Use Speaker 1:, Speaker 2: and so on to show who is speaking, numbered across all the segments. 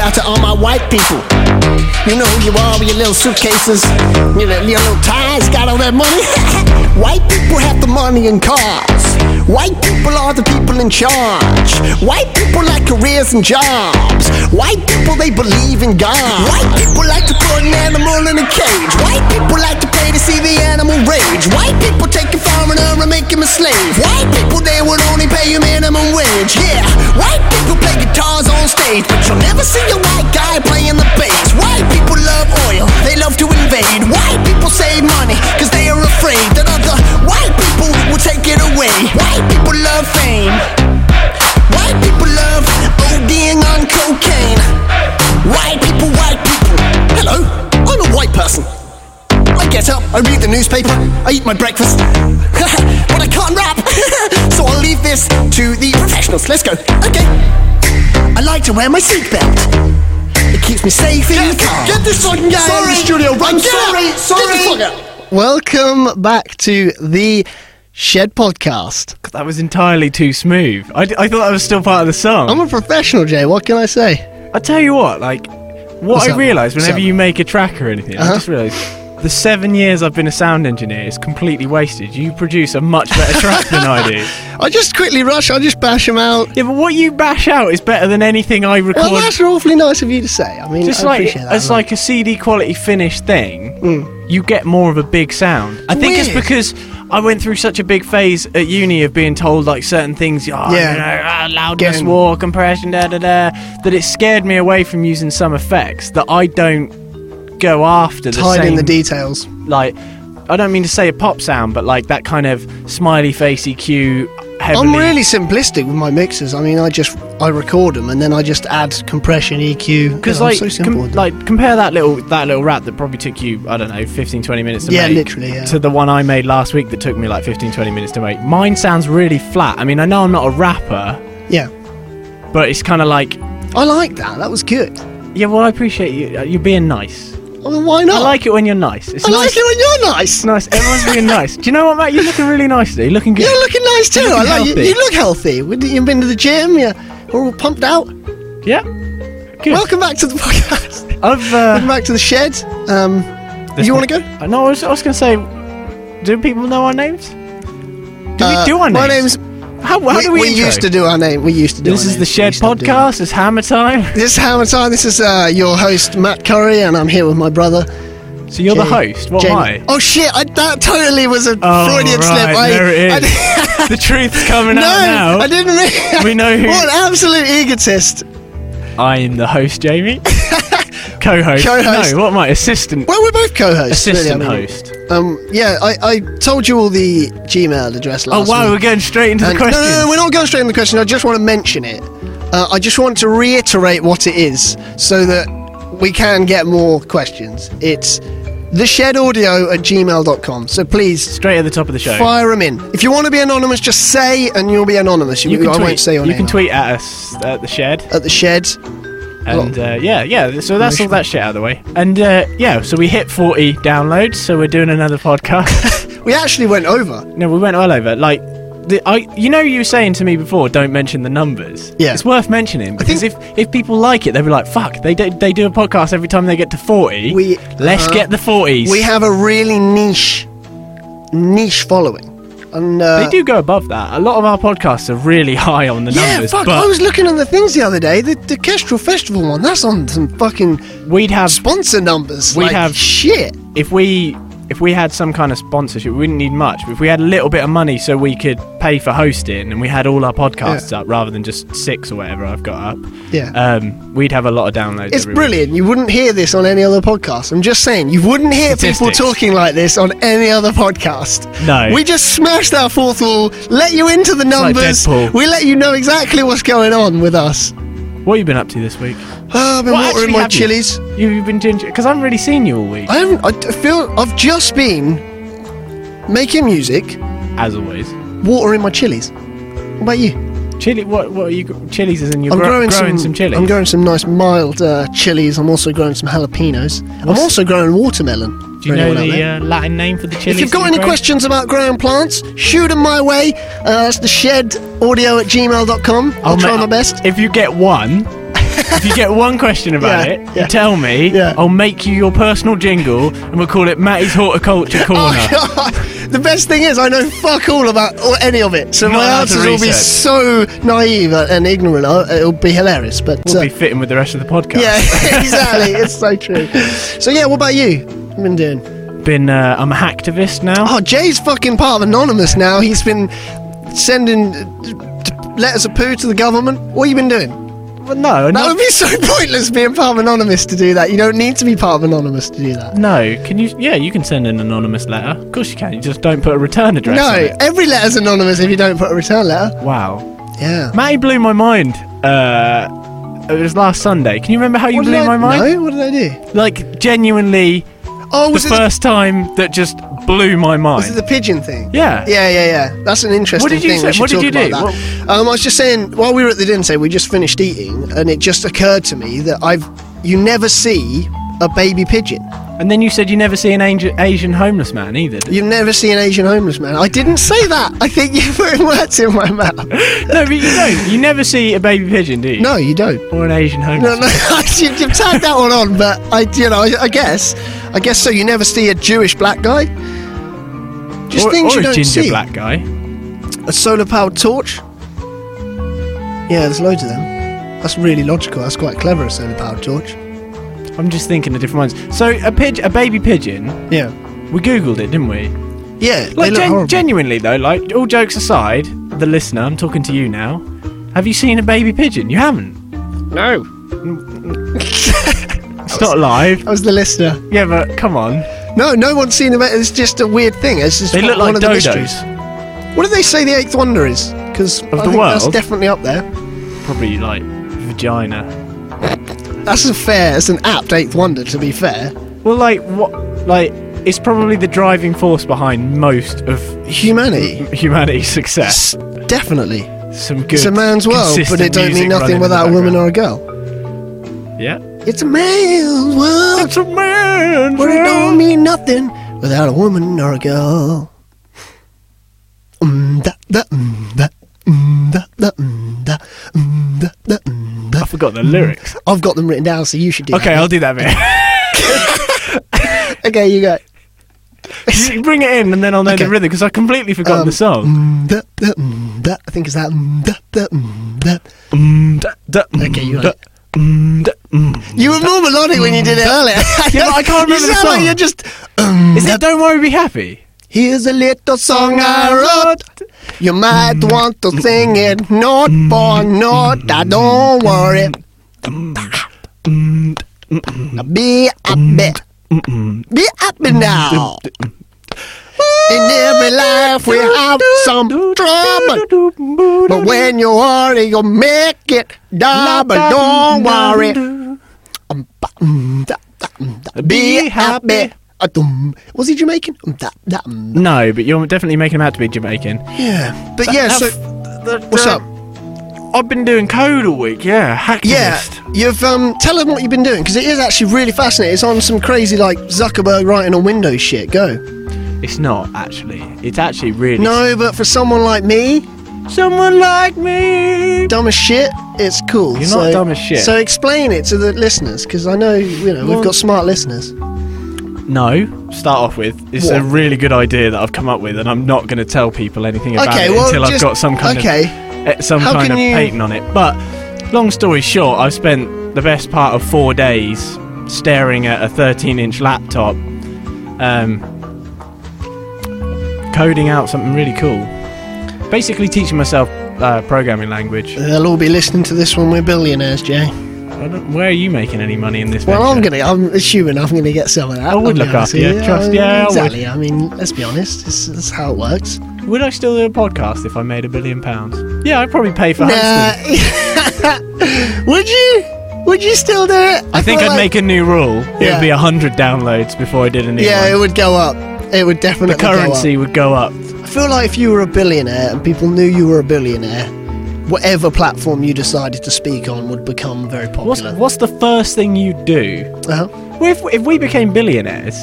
Speaker 1: out to all my white people. You know who you are with your little suitcases, your, li- your little ties, got all that money. white people have the money and cars. White people are the people in charge. White people like careers and jobs. White people, they believe in God. White people like to put an animal in a cage. White people like to pay to see the animal rage. White people take a foreigner and make him a slave. White people, they will only pay you minimum wage. Yeah, white people play guitars on stage, but you'll never see a white guy playing the bass. White people love oil, they love to invade. White people save money, cause they are afraid that other white people will take it away. White people love fame. White people love ODing on cocaine. White people, white people. Hello, I'm a white person. I get up, I read the newspaper, I eat my breakfast, but I can't rap, so I'll leave this to the professionals. Let's go. Okay. I like to wear my seatbelt. It keeps me safe in the car. Get this fucking guy out of the studio right now. Sorry, sorry.
Speaker 2: Welcome back to the Shed Podcast.
Speaker 3: That was entirely too smooth. I, d- I thought that was still part of the song.
Speaker 2: I'm a professional, Jay. What can I say?
Speaker 3: I tell you what, like,
Speaker 2: What's Uh-huh.
Speaker 3: what I
Speaker 2: up?
Speaker 3: realise
Speaker 2: What's
Speaker 3: whenever
Speaker 2: up?
Speaker 3: you make a track or anything, I just realise the seven years I've been a sound engineer is completely wasted. You produce a much better track than I do.
Speaker 2: I just quickly rush. I just bash them out.
Speaker 3: Yeah, but what you bash out is better than anything I record.
Speaker 2: Well, that's awfully nice of you to say. I mean,
Speaker 3: just
Speaker 2: I
Speaker 3: like
Speaker 2: appreciate that.
Speaker 3: as like a CD quality finished thing, you get more of a big sound. I think it's
Speaker 2: Weird.
Speaker 3: because I went through such a big phase at uni of being told like certain things, oh,
Speaker 2: Yeah.
Speaker 3: yeah, you know, ah, loudness,
Speaker 2: Getting-
Speaker 3: war, compression, da da da, that it scared me away from using some effects that I don't go after. The
Speaker 2: hide in
Speaker 3: same,
Speaker 2: the details.
Speaker 3: like. I don't mean to say a pop sound, but like that kind of smiley face EQ. Heavily.
Speaker 2: I'm really simplistic with my mixes. I mean, I just I record them and then I just add compression, EQ.
Speaker 3: Because
Speaker 2: Yeah, I'm
Speaker 3: like,
Speaker 2: so simple.
Speaker 3: com-
Speaker 2: with them.
Speaker 3: like compare that little that little rap that probably took you I don't know 15 20 minutes to
Speaker 2: Yeah,
Speaker 3: make
Speaker 2: literally, yeah.
Speaker 3: to the one I made last week that took me like 15 20 minutes to make. Mine sounds really flat. I mean, I know I'm not a rapper,
Speaker 2: yeah,
Speaker 3: but it's kind of like
Speaker 2: I like that. That was good.
Speaker 3: yeah, well, I appreciate you. uh, You're being nice.
Speaker 2: Well, why not?
Speaker 3: I like it when you're nice. It's
Speaker 2: I
Speaker 3: nice.
Speaker 2: like it when Oh. you're nice.
Speaker 3: It's nice. Everyone's being nice. Do you know what, Matt? You're looking really nice today. You're looking good.
Speaker 2: You're looking nice too.
Speaker 3: You're looking
Speaker 2: I like you.
Speaker 3: healthy.
Speaker 2: You look healthy. We- You've been to the gym. You're we're all pumped out.
Speaker 3: yeah. Good.
Speaker 2: Welcome back to the podcast.
Speaker 3: I've.
Speaker 2: Welcome
Speaker 3: Uh,
Speaker 2: back to the shed. Um,
Speaker 3: this
Speaker 2: you
Speaker 3: ma-
Speaker 2: want to go?
Speaker 3: Uh, No, I was, I was gonna say, do people know our names? Do
Speaker 2: Uh,
Speaker 3: we do our names?
Speaker 2: My name's.
Speaker 3: How, how
Speaker 2: we,
Speaker 3: do we,
Speaker 2: we
Speaker 3: intro?
Speaker 2: used to do our name. We used to do.
Speaker 3: This
Speaker 2: our
Speaker 3: is the
Speaker 2: names. We
Speaker 3: Shed
Speaker 2: used to do them.
Speaker 3: Podcast. It's hammer time.
Speaker 2: This is Howard Time. This is uh, your host Matt Curry, and I'm here with my brother.
Speaker 3: So you're the
Speaker 2: Jay-
Speaker 3: host. What
Speaker 2: Jamie.
Speaker 3: am I?
Speaker 2: Oh shit! I, that totally was a
Speaker 3: Oh,
Speaker 2: Freudian
Speaker 3: right,
Speaker 2: slip. I,
Speaker 3: there it
Speaker 2: I
Speaker 3: is.
Speaker 2: di-
Speaker 3: the truth's coming
Speaker 2: no,
Speaker 3: out
Speaker 2: I
Speaker 3: now.
Speaker 2: didn't. Re-
Speaker 3: We know who-
Speaker 2: what an absolute egotist.
Speaker 3: I am the host, Jamie. Co-host.
Speaker 2: Co-host.
Speaker 3: No, what am I? Assistant.
Speaker 2: Well, we're both co-hosts.
Speaker 3: Assistant
Speaker 2: really, I mean.
Speaker 3: host.
Speaker 2: Um, yeah, I, I told you all the Gmail address
Speaker 3: Oh
Speaker 2: last
Speaker 3: wow,
Speaker 2: week.
Speaker 3: we're going straight into
Speaker 2: And-
Speaker 3: the
Speaker 2: no,
Speaker 3: question.
Speaker 2: no, no, we're not going straight on the question. I just want to mention it. Uh, I just want to reiterate what it is so that we can get more questions. It's theshedaudio at gmail.com. So please
Speaker 3: Straight at the top of the show.
Speaker 2: fire them in. If you want to be anonymous, just say and you'll be anonymous. You,
Speaker 3: You can
Speaker 2: I
Speaker 3: tweet.
Speaker 2: won't say your
Speaker 3: you
Speaker 2: name.
Speaker 3: can tweet at us at the shed,
Speaker 2: At the shed.
Speaker 3: and uh, yeah, yeah. So that's all
Speaker 2: Emotional.
Speaker 3: that shit out of the way, and uh, yeah. So we hit 40 downloads. So we're doing another podcast.
Speaker 2: We actually went over.
Speaker 3: no, we went well over. Like, the, I, you know, you were saying to me before, don't mention the numbers.
Speaker 2: Yeah.
Speaker 3: it's worth mentioning because
Speaker 2: think-
Speaker 3: if if people like it, they'll be like, fuck, they do, they do a podcast every time they get to forty.
Speaker 2: We-
Speaker 3: let's
Speaker 2: uh,
Speaker 3: get the forties.
Speaker 2: We have a really niche, niche following. And, uh,
Speaker 3: they do go above that. A lot of our podcasts are really high on the
Speaker 2: Yeah,
Speaker 3: numbers,
Speaker 2: fuck.
Speaker 3: but
Speaker 2: I was looking at the things the other day. The, the Kestrel Festival one. That's on some fucking
Speaker 3: we'd have
Speaker 2: sponsor numbers.
Speaker 3: We
Speaker 2: like,
Speaker 3: have-
Speaker 2: shit.
Speaker 3: if we if we had some kind of sponsorship, we wouldn't need much. But if we had a little bit of money so we could pay for hosting and we had all our podcasts up rather than just six or whatever I've got up,
Speaker 2: Yeah.
Speaker 3: um, we'd have a lot of downloads.
Speaker 2: it's
Speaker 3: every week.
Speaker 2: brilliant. You wouldn't hear this on any other podcast. I'm just saying, you wouldn't hear people
Speaker 3: Statistics.
Speaker 2: talking like this on any other podcast.
Speaker 3: No.
Speaker 2: We just smashed our fourth wall, let you into the
Speaker 3: like
Speaker 2: numbers.
Speaker 3: Deadpool.
Speaker 2: we let you know exactly what's going on with us.
Speaker 3: What have you been up to this week?
Speaker 2: Oh, I've been
Speaker 3: What
Speaker 2: watering
Speaker 3: actually
Speaker 2: my
Speaker 3: have you?
Speaker 2: chilies.
Speaker 3: You, you've been doing because I haven't really seen you all week,
Speaker 2: I haven't. I d- feel I've just been making music,
Speaker 3: as always.
Speaker 2: watering my chilies. What about you?
Speaker 3: Chili, what what are you? gr- Chilies is in your
Speaker 2: I'm
Speaker 3: gro-
Speaker 2: growing,
Speaker 3: growing
Speaker 2: some,
Speaker 3: some, chilies.
Speaker 2: I'm growing some nice mild uh, chilies. I'm also growing some jalapenos. I'm
Speaker 3: What's-
Speaker 2: also growing watermelon.
Speaker 3: Do you
Speaker 2: for
Speaker 3: know
Speaker 2: anyone out
Speaker 3: the
Speaker 2: there.
Speaker 3: uh, Latin name for the chilies?
Speaker 2: if you've got
Speaker 3: that
Speaker 2: any
Speaker 3: you grow?
Speaker 2: questions about growing plants, shoot them my way. Uh, it's the shed audio at gmail.com. I'll,
Speaker 3: ma-
Speaker 2: try my best.
Speaker 3: If you get one, if you get one question about
Speaker 2: Yeah,
Speaker 3: it,
Speaker 2: yeah.
Speaker 3: you tell me.
Speaker 2: Yeah.
Speaker 3: I'll make you your personal jingle, and we'll call it Matty's Horticulture Corner.
Speaker 2: Oh, God. The best thing is, I know fuck all about or any of it, so
Speaker 3: Not
Speaker 2: my
Speaker 3: allowed to
Speaker 2: answers will be
Speaker 3: research.
Speaker 2: so naive and ignorant. uh, It'll be hilarious, but
Speaker 3: We'll
Speaker 2: uh,
Speaker 3: be fitting with the rest of the podcast.
Speaker 2: yeah, exactly. It's so true. So yeah, what about you? What have you been doing?
Speaker 3: Been uh, I'm a hacktivist now.
Speaker 2: Oh, Jay's fucking part of Anonymous now. He's been sending uh, t- letters of poo to the government. What have you been doing?
Speaker 3: Well, no,
Speaker 2: Oh. That
Speaker 3: not-
Speaker 2: would be so pointless being part of Anonymous to do that. You don't need to be part of Anonymous to do that.
Speaker 3: no. Can you? Yeah, you can send an anonymous letter. Of course you can. You just don't put a return address.
Speaker 2: No,
Speaker 3: on it.
Speaker 2: every letter's anonymous if you don't put a return letter.
Speaker 3: Wow.
Speaker 2: Yeah.
Speaker 3: Matty blew my mind. Uh, it was last Sunday. Can you remember how you
Speaker 2: What did
Speaker 3: blew
Speaker 2: I-
Speaker 3: my mind?
Speaker 2: No, what did I do?
Speaker 3: Like genuinely,
Speaker 2: Oh,
Speaker 3: the
Speaker 2: was it the
Speaker 3: first time that just blew my mind.
Speaker 2: Was it the pigeon thing?
Speaker 3: Yeah.
Speaker 2: Yeah, yeah, yeah. That's an interesting
Speaker 3: What did you
Speaker 2: thing.
Speaker 3: say-
Speaker 2: We should
Speaker 3: what did
Speaker 2: talk
Speaker 3: you do?
Speaker 2: about that. Um, I was just saying, while we were at the dinner table, we just finished eating, and it just occurred to me that I've you never see a baby pigeon.
Speaker 3: and then you said you never see an Asian, Asian homeless man either.
Speaker 2: You never see an Asian homeless man. I didn't say that. I think you put words in my mouth.
Speaker 3: no, but you don't. You never see a baby pigeon, do you?
Speaker 2: No, you don't.
Speaker 3: Or an Asian homeless.
Speaker 2: No, no, you, you've tagged that one on, but I, you know, I, I guess, I guess so. You never see a Jewish black guy. Just
Speaker 3: or,
Speaker 2: things
Speaker 3: or
Speaker 2: you
Speaker 3: a
Speaker 2: don't
Speaker 3: ginger
Speaker 2: see.
Speaker 3: black guy.
Speaker 2: a solar powered torch. Yeah, there's loads of them. That's really logical. That's quite clever, a solar powered torch.
Speaker 3: I'm just thinking of different ones. So a pig, a baby pigeon.
Speaker 2: Yeah.
Speaker 3: We googled it, didn't we?
Speaker 2: Yeah, they
Speaker 3: Like
Speaker 2: look
Speaker 3: gen-
Speaker 2: horrible.
Speaker 3: genuinely though, like all jokes aside, the listener, I'm talking to you now. Have you seen a baby pigeon? You haven't.
Speaker 2: no.
Speaker 3: It's not live.
Speaker 2: I was the listener.
Speaker 3: Yeah, but come on.
Speaker 2: No, no one's seen them. It's just a weird thing. It's just
Speaker 3: They
Speaker 2: one
Speaker 3: look like
Speaker 2: of
Speaker 3: dodos.
Speaker 2: the mysteries. What do they say the eighth wonder is? Because
Speaker 3: the
Speaker 2: that's
Speaker 3: world?
Speaker 2: definitely up there.
Speaker 3: Probably like vagina.
Speaker 2: That's a fair. It's an apt eighth wonder, to be fair.
Speaker 3: Well, like what? Like it's probably the driving force behind most of
Speaker 2: Humanity,
Speaker 3: humanity's success.
Speaker 2: S- definitely.
Speaker 3: Some good.
Speaker 2: It's a man's world, but
Speaker 3: consistent
Speaker 2: it don't mean
Speaker 3: music
Speaker 2: nothing
Speaker 3: running in
Speaker 2: without
Speaker 3: the
Speaker 2: a woman
Speaker 3: background.
Speaker 2: or a girl.
Speaker 3: Yeah.
Speaker 2: It's a man's world.
Speaker 3: It's a man's
Speaker 2: But it
Speaker 3: world.
Speaker 2: don't mean nothing without a woman or a girl. Mm, da, da, mm, da, mm, da, da, mm, da, mm, da, da, mm, da.
Speaker 3: I forgot the lyrics.
Speaker 2: I've got them written down, so you should do.
Speaker 3: Okay, I'll do that bit.
Speaker 2: that. okay, you go.
Speaker 3: You bring it in and then I'll know
Speaker 2: Okay.
Speaker 3: the rhythm because I've completely forgotten
Speaker 2: Um,
Speaker 3: the song.
Speaker 2: Mm, da, da, mm, da. I think it's that. Mm, da, da, mm, da.
Speaker 3: Mm, da, da, mm,
Speaker 2: Okay, you
Speaker 3: da,
Speaker 2: got it.
Speaker 3: mm, da, mm.
Speaker 2: You were more melodic when you did it earlier.
Speaker 3: Yeah, but I can't remember
Speaker 2: you
Speaker 3: the
Speaker 2: sound Like
Speaker 3: song.
Speaker 2: you're just. Um,
Speaker 3: Is it Don't Worry Be Happy?
Speaker 2: Here's a little song I wrote. You might want to sing it note for note. I don't worry. Be happy. Be happy now. In every life we have some trouble. But when you worry, you make it double. Don't worry. um, Be happy. Was he Jamaican? Um,
Speaker 3: No, but you're definitely making him out to be Jamaican.
Speaker 2: Yeah. But yeah,
Speaker 3: Now,
Speaker 2: so.
Speaker 3: f- the-
Speaker 2: What's
Speaker 3: the-
Speaker 2: up?
Speaker 3: I've been doing code all week, yeah.
Speaker 2: Yeah,
Speaker 3: Hacktivist.
Speaker 2: you've um, tell them what you've been doing because it is actually really fascinating. It's on some crazy like Zuckerberg writing on Windows shit. Go.
Speaker 3: It's not, actually. It's actually really.
Speaker 2: No, but for someone like me,
Speaker 3: Someone like me.
Speaker 2: dumb as shit, it's cool.
Speaker 3: You're
Speaker 2: so,
Speaker 3: not dumb as shit.
Speaker 2: So explain it to the listeners because I know you know we've
Speaker 3: Well-
Speaker 2: got smart listeners.
Speaker 3: No, start off with. It's
Speaker 2: What?
Speaker 3: a really good idea that I've come up with, and I'm not going to tell people anything about
Speaker 2: Okay,
Speaker 3: it
Speaker 2: well,
Speaker 3: until
Speaker 2: just-
Speaker 3: I've got some kind
Speaker 2: okay.
Speaker 3: of eh, some
Speaker 2: How
Speaker 3: kind
Speaker 2: can
Speaker 3: of
Speaker 2: you-
Speaker 3: patent on it. But long story short, I've spent the best part of four days staring at a 13-inch laptop, um, coding out something really cool. Basically, teaching myself uh, programming language.
Speaker 2: They'll all be listening to this when we're billionaires, Jay.
Speaker 3: I don't- where are you making any money in this?
Speaker 2: Well, I'm
Speaker 3: venture?
Speaker 2: gonna. I'm assuming I'm gonna get some of that.
Speaker 3: I would
Speaker 2: I'll be
Speaker 3: look
Speaker 2: honest
Speaker 3: after
Speaker 2: with
Speaker 3: you, trust- yeah, I would.
Speaker 2: exactly. I mean, let's be honest. This this is how it works.
Speaker 3: Would I still do a podcast if I made a billion pounds? Yeah, I'd probably pay for hosting.
Speaker 2: Nah. would you? Would you still do it?
Speaker 3: I think I'd
Speaker 2: make
Speaker 3: make a new rule. It
Speaker 2: Yeah.
Speaker 3: would be 100 downloads before I did a new
Speaker 2: Yeah, it
Speaker 3: one.
Speaker 2: would go up. It would definitely
Speaker 3: the currency would go up.
Speaker 2: Go up. I feel like if you were a billionaire and people knew you were a billionaire, whatever platform you decided to speak on would become very
Speaker 3: What's,
Speaker 2: popular.
Speaker 3: what's the first thing you'd do?
Speaker 2: Uh-huh.
Speaker 3: Well, if, if we became billionaires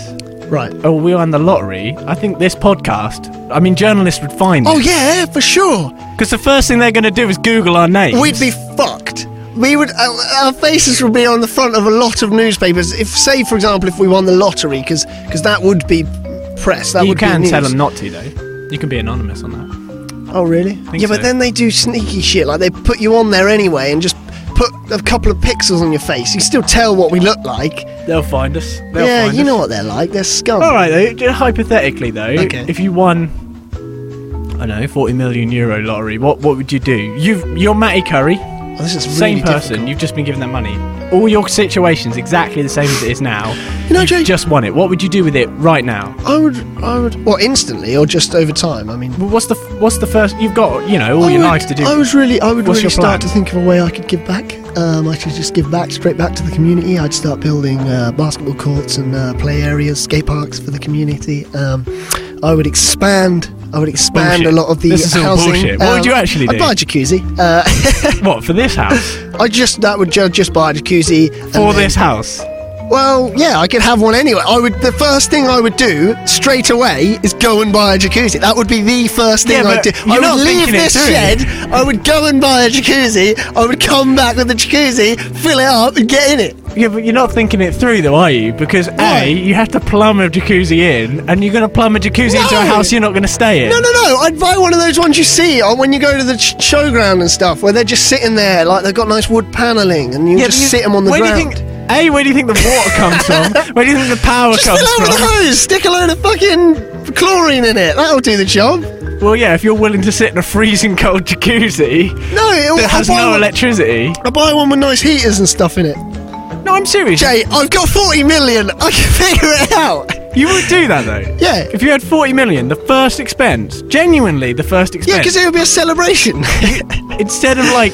Speaker 2: Right.
Speaker 3: or we won the lottery, I think this podcast, I mean, journalists would find
Speaker 2: Oh yeah, for sure.
Speaker 3: Because the first thing they're going to do is Google our names.
Speaker 2: We'd be fucked. we would our, our faces would be on the front of a lot of newspapers. If, say, for example, if we won the lottery, because that would be press. That
Speaker 3: you
Speaker 2: would
Speaker 3: can
Speaker 2: be news.
Speaker 3: tell them not to though. You can be anonymous on that.
Speaker 2: Oh, really? Yeah, but
Speaker 3: so.
Speaker 2: then they do sneaky shit. Like they put you on there anyway and just put a couple of pixels on your face. You still tell what we look like.
Speaker 3: They'll find us. They'll
Speaker 2: yeah,
Speaker 3: find
Speaker 2: you
Speaker 3: us.
Speaker 2: know what they're like. They're scum.
Speaker 3: All right, though. ju- Hypothetically, though,
Speaker 2: Okay.
Speaker 3: if you won, I don't know, forty million euro lottery, what what would you do? You've you're Matty Curry,
Speaker 2: Oh, this is
Speaker 3: same
Speaker 2: really
Speaker 3: person.
Speaker 2: difficult.
Speaker 3: You've just been given that money. All your situations exactly the same as it is now.
Speaker 2: You know,
Speaker 3: You've
Speaker 2: Jay-
Speaker 3: just won it. What would you do with it right now?
Speaker 2: I would, I would, well, instantly or just over time. I mean,
Speaker 3: Well, What's the f- what's the first? You've got you know all
Speaker 2: I
Speaker 3: your
Speaker 2: would-
Speaker 3: life to do.
Speaker 2: I was really, I would
Speaker 3: What's
Speaker 2: really
Speaker 3: your
Speaker 2: start to
Speaker 3: plan?
Speaker 2: think of a way I could give back. Um, I should just give back straight back to the community. I'd start building uh, basketball courts and uh, play areas, skate parks for the community. Um, I would expand. I would expand
Speaker 3: Bullshit.
Speaker 2: a lot of the
Speaker 3: This is all
Speaker 2: housing. Um,
Speaker 3: bullshit. What would you actually
Speaker 2: I'd
Speaker 3: do?
Speaker 2: buy a jacuzzi. Uh,
Speaker 3: what for this house?
Speaker 2: I just that would ju- just buy a jacuzzi and
Speaker 3: For
Speaker 2: then-
Speaker 3: this house?
Speaker 2: Well, yeah, I could have one anyway. I would. The first thing I would do straight away is go and buy a jacuzzi. That would be the first thing
Speaker 3: Yeah,
Speaker 2: I'd
Speaker 3: but
Speaker 2: do. I
Speaker 3: you're not
Speaker 2: would leave
Speaker 3: thinking it
Speaker 2: this
Speaker 3: through.
Speaker 2: shed. I would go and buy a jacuzzi. I would come back with the jacuzzi, fill it up, and get in it.
Speaker 3: Yeah, but you're not thinking it through, though, are you? Because
Speaker 2: Why?
Speaker 3: a, you have to plumb a jacuzzi in, and you're going to plumb a jacuzzi into
Speaker 2: No!
Speaker 3: a house you're not going to stay in.
Speaker 2: No, no, no! I'd buy one of those ones you see on when you go to the ch- showground and stuff, where they're just sitting there, like they've got nice wood paneling, and you
Speaker 3: Yeah,
Speaker 2: just
Speaker 3: but you-
Speaker 2: sit them on the
Speaker 3: where
Speaker 2: ground.
Speaker 3: Do you think, a, where do you think the water comes from? Where do you think the power
Speaker 2: just fill
Speaker 3: comes
Speaker 2: it up with a
Speaker 3: from?
Speaker 2: hose, stick a load of fucking chlorine in it. That'll do the job.
Speaker 3: Well, yeah, if you're willing to sit in a freezing cold jacuzzi
Speaker 2: No, it'll
Speaker 3: that has
Speaker 2: I'll buy
Speaker 3: no
Speaker 2: one-
Speaker 3: electricity.
Speaker 2: I buy one with nice heaters and stuff in it.
Speaker 3: No, I'm serious.
Speaker 2: Jay, I've got 40 million. I can figure it out.
Speaker 3: You would do that, though.
Speaker 2: Yeah.
Speaker 3: If you had 40 million, the first expense, genuinely the first
Speaker 2: Yeah,
Speaker 3: expense,
Speaker 2: because it would be a celebration.
Speaker 3: instead of like.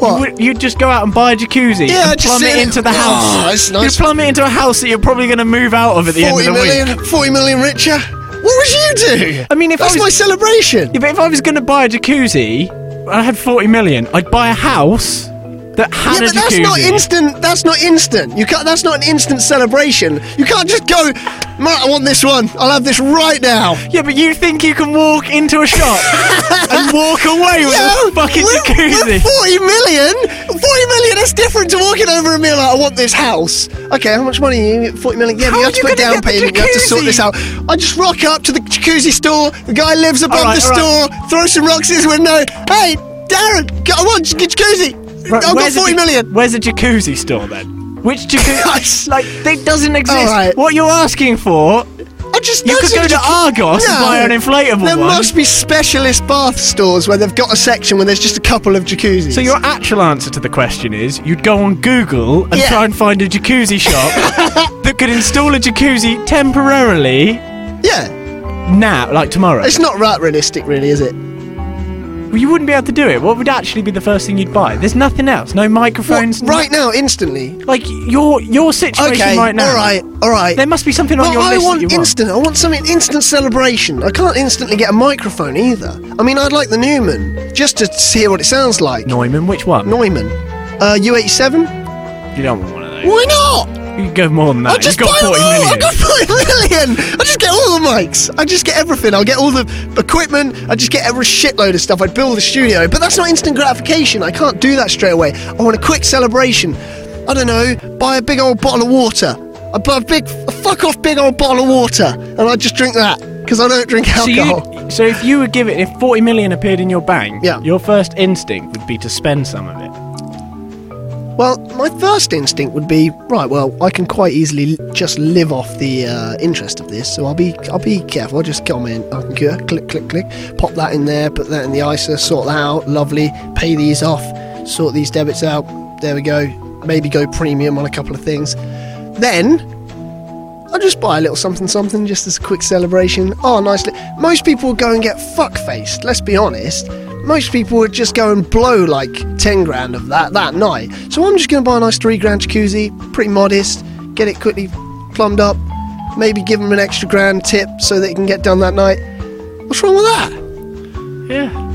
Speaker 2: What?
Speaker 3: You would, you'd just go out and buy a jacuzzi
Speaker 2: Yeah,
Speaker 3: and
Speaker 2: just
Speaker 3: plumb
Speaker 2: sit
Speaker 3: it
Speaker 2: in-
Speaker 3: into the
Speaker 2: Oh,
Speaker 3: house.
Speaker 2: that's nice.
Speaker 3: You'd plumb it into a house that you're probably going to move out of at the end
Speaker 2: 40
Speaker 3: of the week.
Speaker 2: million, 40 million richer. What would you do?
Speaker 3: I mean, if I
Speaker 2: That's
Speaker 3: was-
Speaker 2: my celebration.
Speaker 3: Yeah, but if I was going to buy a jacuzzi, I had 40 million, I'd buy a house that
Speaker 2: Yeah,
Speaker 3: had a
Speaker 2: but that's
Speaker 3: jacuzzi.
Speaker 2: not instant. That's not instant. You can't. That's not an instant celebration. You can't just go. "Mate, I want this one. I'll have this right now.
Speaker 3: Yeah, but you think you can walk into a shop and walk away with
Speaker 2: Yeah,
Speaker 3: a fucking
Speaker 2: we're, We're
Speaker 3: jacuzzi?
Speaker 2: 40 million. 40 million. That's different to walking over and being like, I want this house. Okay, how much money? are you- 40 million. Yeah,
Speaker 3: How
Speaker 2: but you
Speaker 3: are
Speaker 2: have to
Speaker 3: you
Speaker 2: put
Speaker 3: gonna
Speaker 2: down
Speaker 3: get the
Speaker 2: payment. You have to sort
Speaker 3: jacuzzi?
Speaker 2: this out. I just rock up to the jacuzzi store. The guy lives above
Speaker 3: Alright,
Speaker 2: the store.
Speaker 3: alright.
Speaker 2: Throw some rocks in his window. Hey, Darren, go on, j- jacuzzi.
Speaker 3: Right,
Speaker 2: I've got
Speaker 3: where's the
Speaker 2: 40
Speaker 3: jac-
Speaker 2: million.
Speaker 3: Where's the jacuzzi store then? Which jacuzzi? like, it doesn't exist.
Speaker 2: Alright.
Speaker 3: What you're asking for?
Speaker 2: I just
Speaker 3: You
Speaker 2: that's
Speaker 3: could
Speaker 2: a
Speaker 3: go to
Speaker 2: jacu-
Speaker 3: Argos and buy an inflatable
Speaker 2: There
Speaker 3: one.
Speaker 2: must be specialist bath stores where they've got a section where there's just a couple of jacuzzis.
Speaker 3: So your actual answer to the question is you'd go on Google and
Speaker 2: Yeah.
Speaker 3: try and find a jacuzzi shop that could install a jacuzzi temporarily
Speaker 2: yeah,
Speaker 3: now, like tomorrow.
Speaker 2: it's not that realistic, really, is it?
Speaker 3: Well, you wouldn't be able to do it. What would actually be the first thing you'd buy? There's nothing else. No microphones.
Speaker 2: What, right now, instantly.
Speaker 3: no- like your your situation
Speaker 2: Okay,
Speaker 3: right now.
Speaker 2: all right, all right.
Speaker 3: There must be something on
Speaker 2: Well,
Speaker 3: your
Speaker 2: I
Speaker 3: list
Speaker 2: want
Speaker 3: that you want.
Speaker 2: instant. I want some instant celebration. I can't instantly get a microphone either. I mean, I'd like the Newman just to s- hear what it sounds like.
Speaker 3: Neumann, which one?
Speaker 2: Neumann, uh, U87.
Speaker 3: you don't want one of those.
Speaker 2: Why not?
Speaker 3: You could go more than that.
Speaker 2: I just
Speaker 3: You've got
Speaker 2: buy
Speaker 3: 40
Speaker 2: them all.
Speaker 3: million.
Speaker 2: I got 40 million. I just get all the mics. I just get everything. I'll get all the equipment. I just get every shitload of stuff. I'd build a studio, but that's not instant gratification. I can't do that straight away. I want a quick celebration. I don't know. Buy a big old bottle of water. I buy a big, a fuck off big old bottle of water, and I just drink that because I don't drink
Speaker 3: so,
Speaker 2: alcohol.
Speaker 3: you, so if you were given, if 40 million appeared in your bank,
Speaker 2: Yeah.
Speaker 3: your first instinct would be to spend some of it.
Speaker 2: Well, my first instinct would be right. Well, I can quite easily l- just live off the uh, interest of this, so I'll be I'll be careful. I'll just come in, I can go click, click, click, pop that in there, put that in the ISA, sort that out, lovely. Pay these off, sort these debits out. There we go. Maybe go premium on a couple of things. Then I'll just buy a little something something just as a quick celebration. Oh, nice. Li- Most people would go and get fuck faced, let's be honest. Most people would just go and blow like 10 grand of that that night. So I'm just going to buy a nice 3 grand jacuzzi, pretty modest, get it quickly plumbed up, maybe give them an extra grand tip so they can get done that night. What's wrong with that?
Speaker 3: Yeah.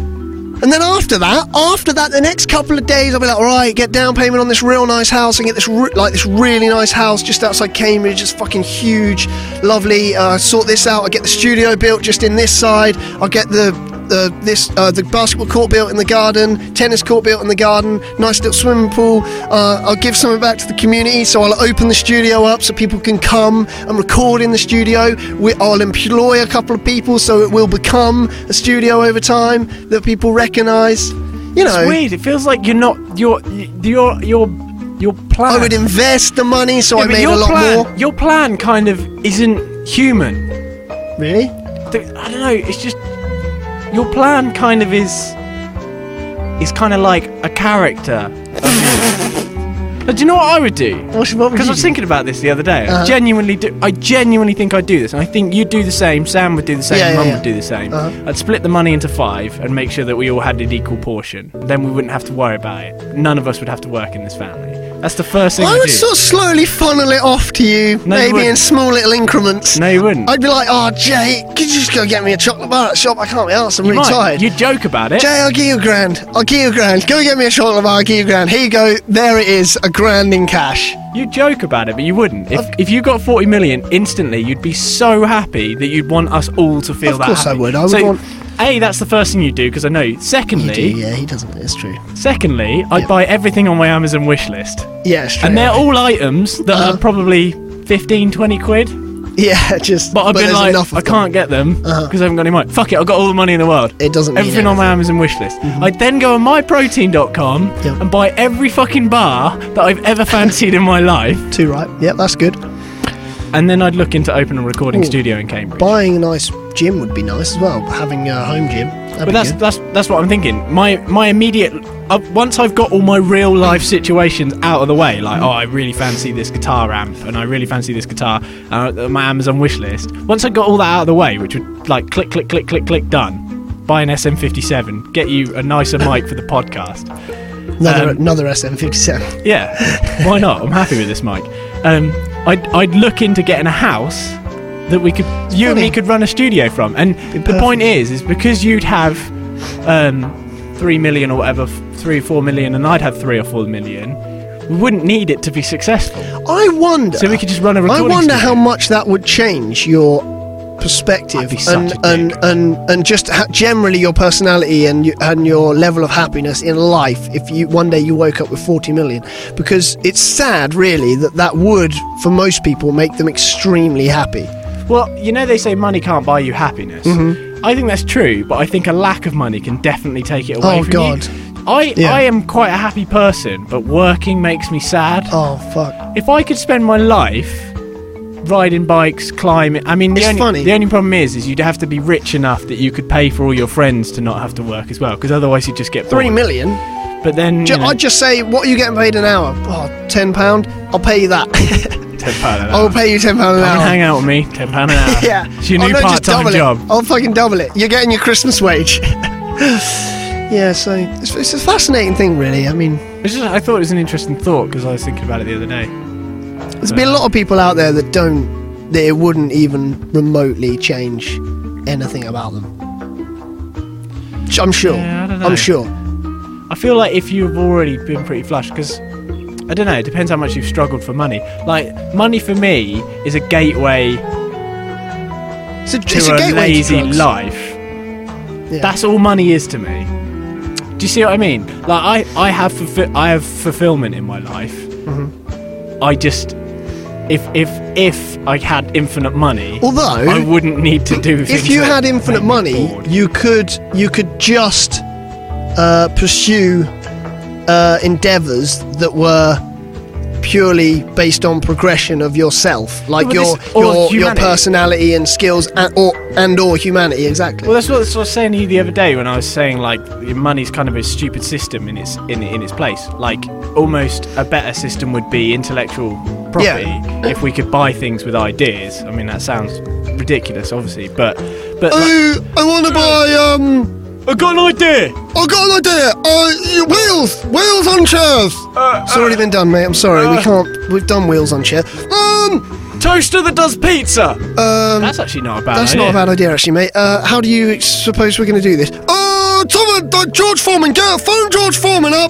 Speaker 2: And then after that, after that, the next couple of days, I'll be like, all right, get down payment on this real nice house and get this re- like this really nice house just outside Cambridge. It's fucking huge, lovely. Uh, sort this out. I get the studio built just in this side. I will get the the this uh, the basketball court built in the garden, tennis court built in the garden, nice little swimming pool. Uh, I'll give something back to the community, so I'll open the studio up so people can come and record in the studio. We, I'll employ a couple of people, so it will become a studio over time that people recognise. You know,
Speaker 3: It's weird. It feels like you're not your your your your plan.
Speaker 2: I would invest the money, so
Speaker 3: Yeah,
Speaker 2: I
Speaker 3: but
Speaker 2: made
Speaker 3: your
Speaker 2: a lot
Speaker 3: plan,
Speaker 2: more.
Speaker 3: Your plan kind of isn't human.
Speaker 2: Really?
Speaker 3: Th- I don't know. It's just your plan kind of is is kind of like a character. But do you know what I would do?
Speaker 2: What's- what would
Speaker 3: Because
Speaker 2: you
Speaker 3: I was
Speaker 2: do?
Speaker 3: thinking about this the other day. I
Speaker 2: Uh-huh.
Speaker 3: genuinely do. I genuinely think I'd do this, and I think you'd do the same. Sam would do the same.
Speaker 2: Yeah, yeah,
Speaker 3: Mum
Speaker 2: yeah.
Speaker 3: would do the same.
Speaker 2: Uh-huh.
Speaker 3: I'd split the money into five and make sure that we all had an equal portion. Then we wouldn't have to worry about it. None of us would have to work in this family. That's the first thing
Speaker 2: I
Speaker 3: I'd
Speaker 2: would
Speaker 3: do.
Speaker 2: sort of slowly funnel it off to you,
Speaker 3: No, you
Speaker 2: maybe in
Speaker 3: wouldn't.
Speaker 2: small little increments.
Speaker 3: No, you wouldn't.
Speaker 2: I'd be like, oh, Jay, could you just go get me a chocolate bar at the shop? I can't be arsed, I'm really
Speaker 3: Might.
Speaker 2: tired.
Speaker 3: You'd joke about it.
Speaker 2: Jay, I'll give you a grand. I'll give you a grand. Go get me a chocolate bar, I'll give you a grand. Here you go. There it is, a grand in cash.
Speaker 3: You'd joke about it, but you wouldn't. If, if you got 40 million instantly, you'd be so happy that you'd want us all to feel
Speaker 2: Of
Speaker 3: that
Speaker 2: course I
Speaker 3: happy.
Speaker 2: would. I would
Speaker 3: so,
Speaker 2: want-
Speaker 3: A, that's the first thing you do, because I know. you.
Speaker 2: You
Speaker 3: Secondly,
Speaker 2: do, yeah, he doesn't. It's true.
Speaker 3: secondly, I'd
Speaker 2: Yeah.
Speaker 3: buy everything on my Amazon wish list.
Speaker 2: Yeah, it's true.
Speaker 3: And they're all items that
Speaker 2: Uh-huh.
Speaker 3: are probably 15, 20 quid.
Speaker 2: yeah, just.
Speaker 3: But I've been
Speaker 2: there's
Speaker 3: like,
Speaker 2: enough of
Speaker 3: I
Speaker 2: them.
Speaker 3: can't get them because
Speaker 2: Uh-huh.
Speaker 3: I haven't got any money. Fuck it, I've got all the money in the world.
Speaker 2: It doesn't mean Mm-hmm.
Speaker 3: Everything on my Amazon wish list. I'd then go on myprotein.com
Speaker 2: Yeah.
Speaker 3: and buy every fucking bar that I've ever fancied in my life.
Speaker 2: Too right. Yeah, that's good.
Speaker 3: And then I'd look into open a recording
Speaker 2: Ooh.
Speaker 3: studio in Cambridge.
Speaker 2: Buying a nice gym would be nice as well. Having a home gym. That'd be
Speaker 3: but that's
Speaker 2: good.
Speaker 3: that's that's what I'm thinking. My my immediate uh, once I've got all my real life situations out of the way, like oh I really fancy this guitar amp and I really fancy this guitar, uh, my Amazon wish list. Once I got all that out of the way, which would like click click click click click done, buy an SM57, get you a nicer mic for the podcast.
Speaker 2: another,
Speaker 3: um,
Speaker 2: another SM57.
Speaker 3: Yeah, why not? I'm happy with this mic. Um, I'd, I'd look into getting a house that we could, you and
Speaker 2: Funny.
Speaker 3: me could run a studio from. And the
Speaker 2: perfect.
Speaker 3: point is, is because you'd have um, three million or whatever, f- three or four million, and I'd have three or four million, we wouldn't need it to be successful.
Speaker 2: I wonder.
Speaker 3: So we could just run a
Speaker 2: I
Speaker 3: recording
Speaker 2: wonder how
Speaker 3: studio.
Speaker 2: much that would change your perspective
Speaker 3: I'd be such
Speaker 2: and,
Speaker 3: a
Speaker 2: and,
Speaker 3: dick.
Speaker 2: and and just ha- generally your personality and y- and your level of happiness in life if you one day you woke up with 40 million because it's sad really that that would for most people make them extremely happy
Speaker 3: Well, you know they say money can't buy you happiness.
Speaker 2: Mm-hmm.
Speaker 3: I think that's true, but I think a lack of money can definitely take it away
Speaker 2: Oh,
Speaker 3: from
Speaker 2: God.
Speaker 3: you. I,
Speaker 2: Yeah.
Speaker 3: I am quite a happy person, but working makes me sad.
Speaker 2: oh fuck
Speaker 3: if I could spend my life riding bikes, climbing, I mean, the,
Speaker 2: It's
Speaker 3: only,
Speaker 2: funny.
Speaker 3: the only problem is, is you'd have to be rich enough that you could pay for all your friends to not have to work as well, because otherwise you'd just get bored.
Speaker 2: 3 million
Speaker 3: But then,
Speaker 2: Ju-
Speaker 3: you know,
Speaker 2: I'd just say what are you getting paid an hour oh 10 pound I'll pay you that
Speaker 3: ten pound an
Speaker 2: I'll
Speaker 3: hour.
Speaker 2: pay you 10 pound an
Speaker 3: Come and
Speaker 2: hour
Speaker 3: hang out with me, ten pound an hour.
Speaker 2: yeah.
Speaker 3: it's your
Speaker 2: Oh,
Speaker 3: new
Speaker 2: no, just
Speaker 3: part-time
Speaker 2: double
Speaker 3: job.
Speaker 2: It. I'll fucking double it. You're getting your Christmas wage. yeah, so it's, it's a fascinating thing, really. I mean,
Speaker 3: It's just, I thought it was an interesting thought because I was thinking about it the other day.
Speaker 2: there's been a lot of people out there that don't, that it wouldn't even remotely change anything about them. Sh- I'm sure.
Speaker 3: Yeah, I don't know.
Speaker 2: I'm sure.
Speaker 3: I feel like if you've already been pretty flush, because I don't know, it depends how much you've struggled for money. Like money for me is a gateway
Speaker 2: It's a,
Speaker 3: to
Speaker 2: it's a,
Speaker 3: a,
Speaker 2: gateway to
Speaker 3: lazy
Speaker 2: drugs.
Speaker 3: life.
Speaker 2: Yeah.
Speaker 3: That's all money is to me. Do you see what I mean? Like I, I have fulfi- I have fulfillment in my life.
Speaker 2: Mm-hmm.
Speaker 3: I just if if if I had infinite money,
Speaker 2: Although,
Speaker 3: I wouldn't need to do.
Speaker 2: if
Speaker 3: things
Speaker 2: you
Speaker 3: that
Speaker 2: had infinite
Speaker 3: make me
Speaker 2: money,
Speaker 3: bored.
Speaker 2: you could you could just uh, pursue uh, endeavors that were purely based on progression of yourself, like
Speaker 3: but
Speaker 2: your
Speaker 3: this- or
Speaker 2: your, your
Speaker 3: humanity.
Speaker 2: personality and skills, and or and or humanity. Exactly.
Speaker 3: Well, that's what that's what I was saying to you the other day when I was saying like your money's kind of a stupid system in its in in its place. Like almost a better system would be intellectual property if we could buy things with ideas. I mean that sounds ridiculous, obviously, but but like-
Speaker 2: Ooh, I want to buy. Um,
Speaker 3: I got an idea.
Speaker 2: I got an idea. Uh, wheels, wheels on chairs. it's already been done, mate. I'm sorry, we
Speaker 3: uh,
Speaker 2: can't. We've done wheels on chairs. Um,
Speaker 3: Toaster that does pizza.
Speaker 2: um.
Speaker 3: That's actually not a bad
Speaker 2: That's
Speaker 3: idea.
Speaker 2: not a bad idea, actually, mate. Uh, how do you suppose we're going to do this? Uh, someone, uh, George Foreman, get phone George Foreman up.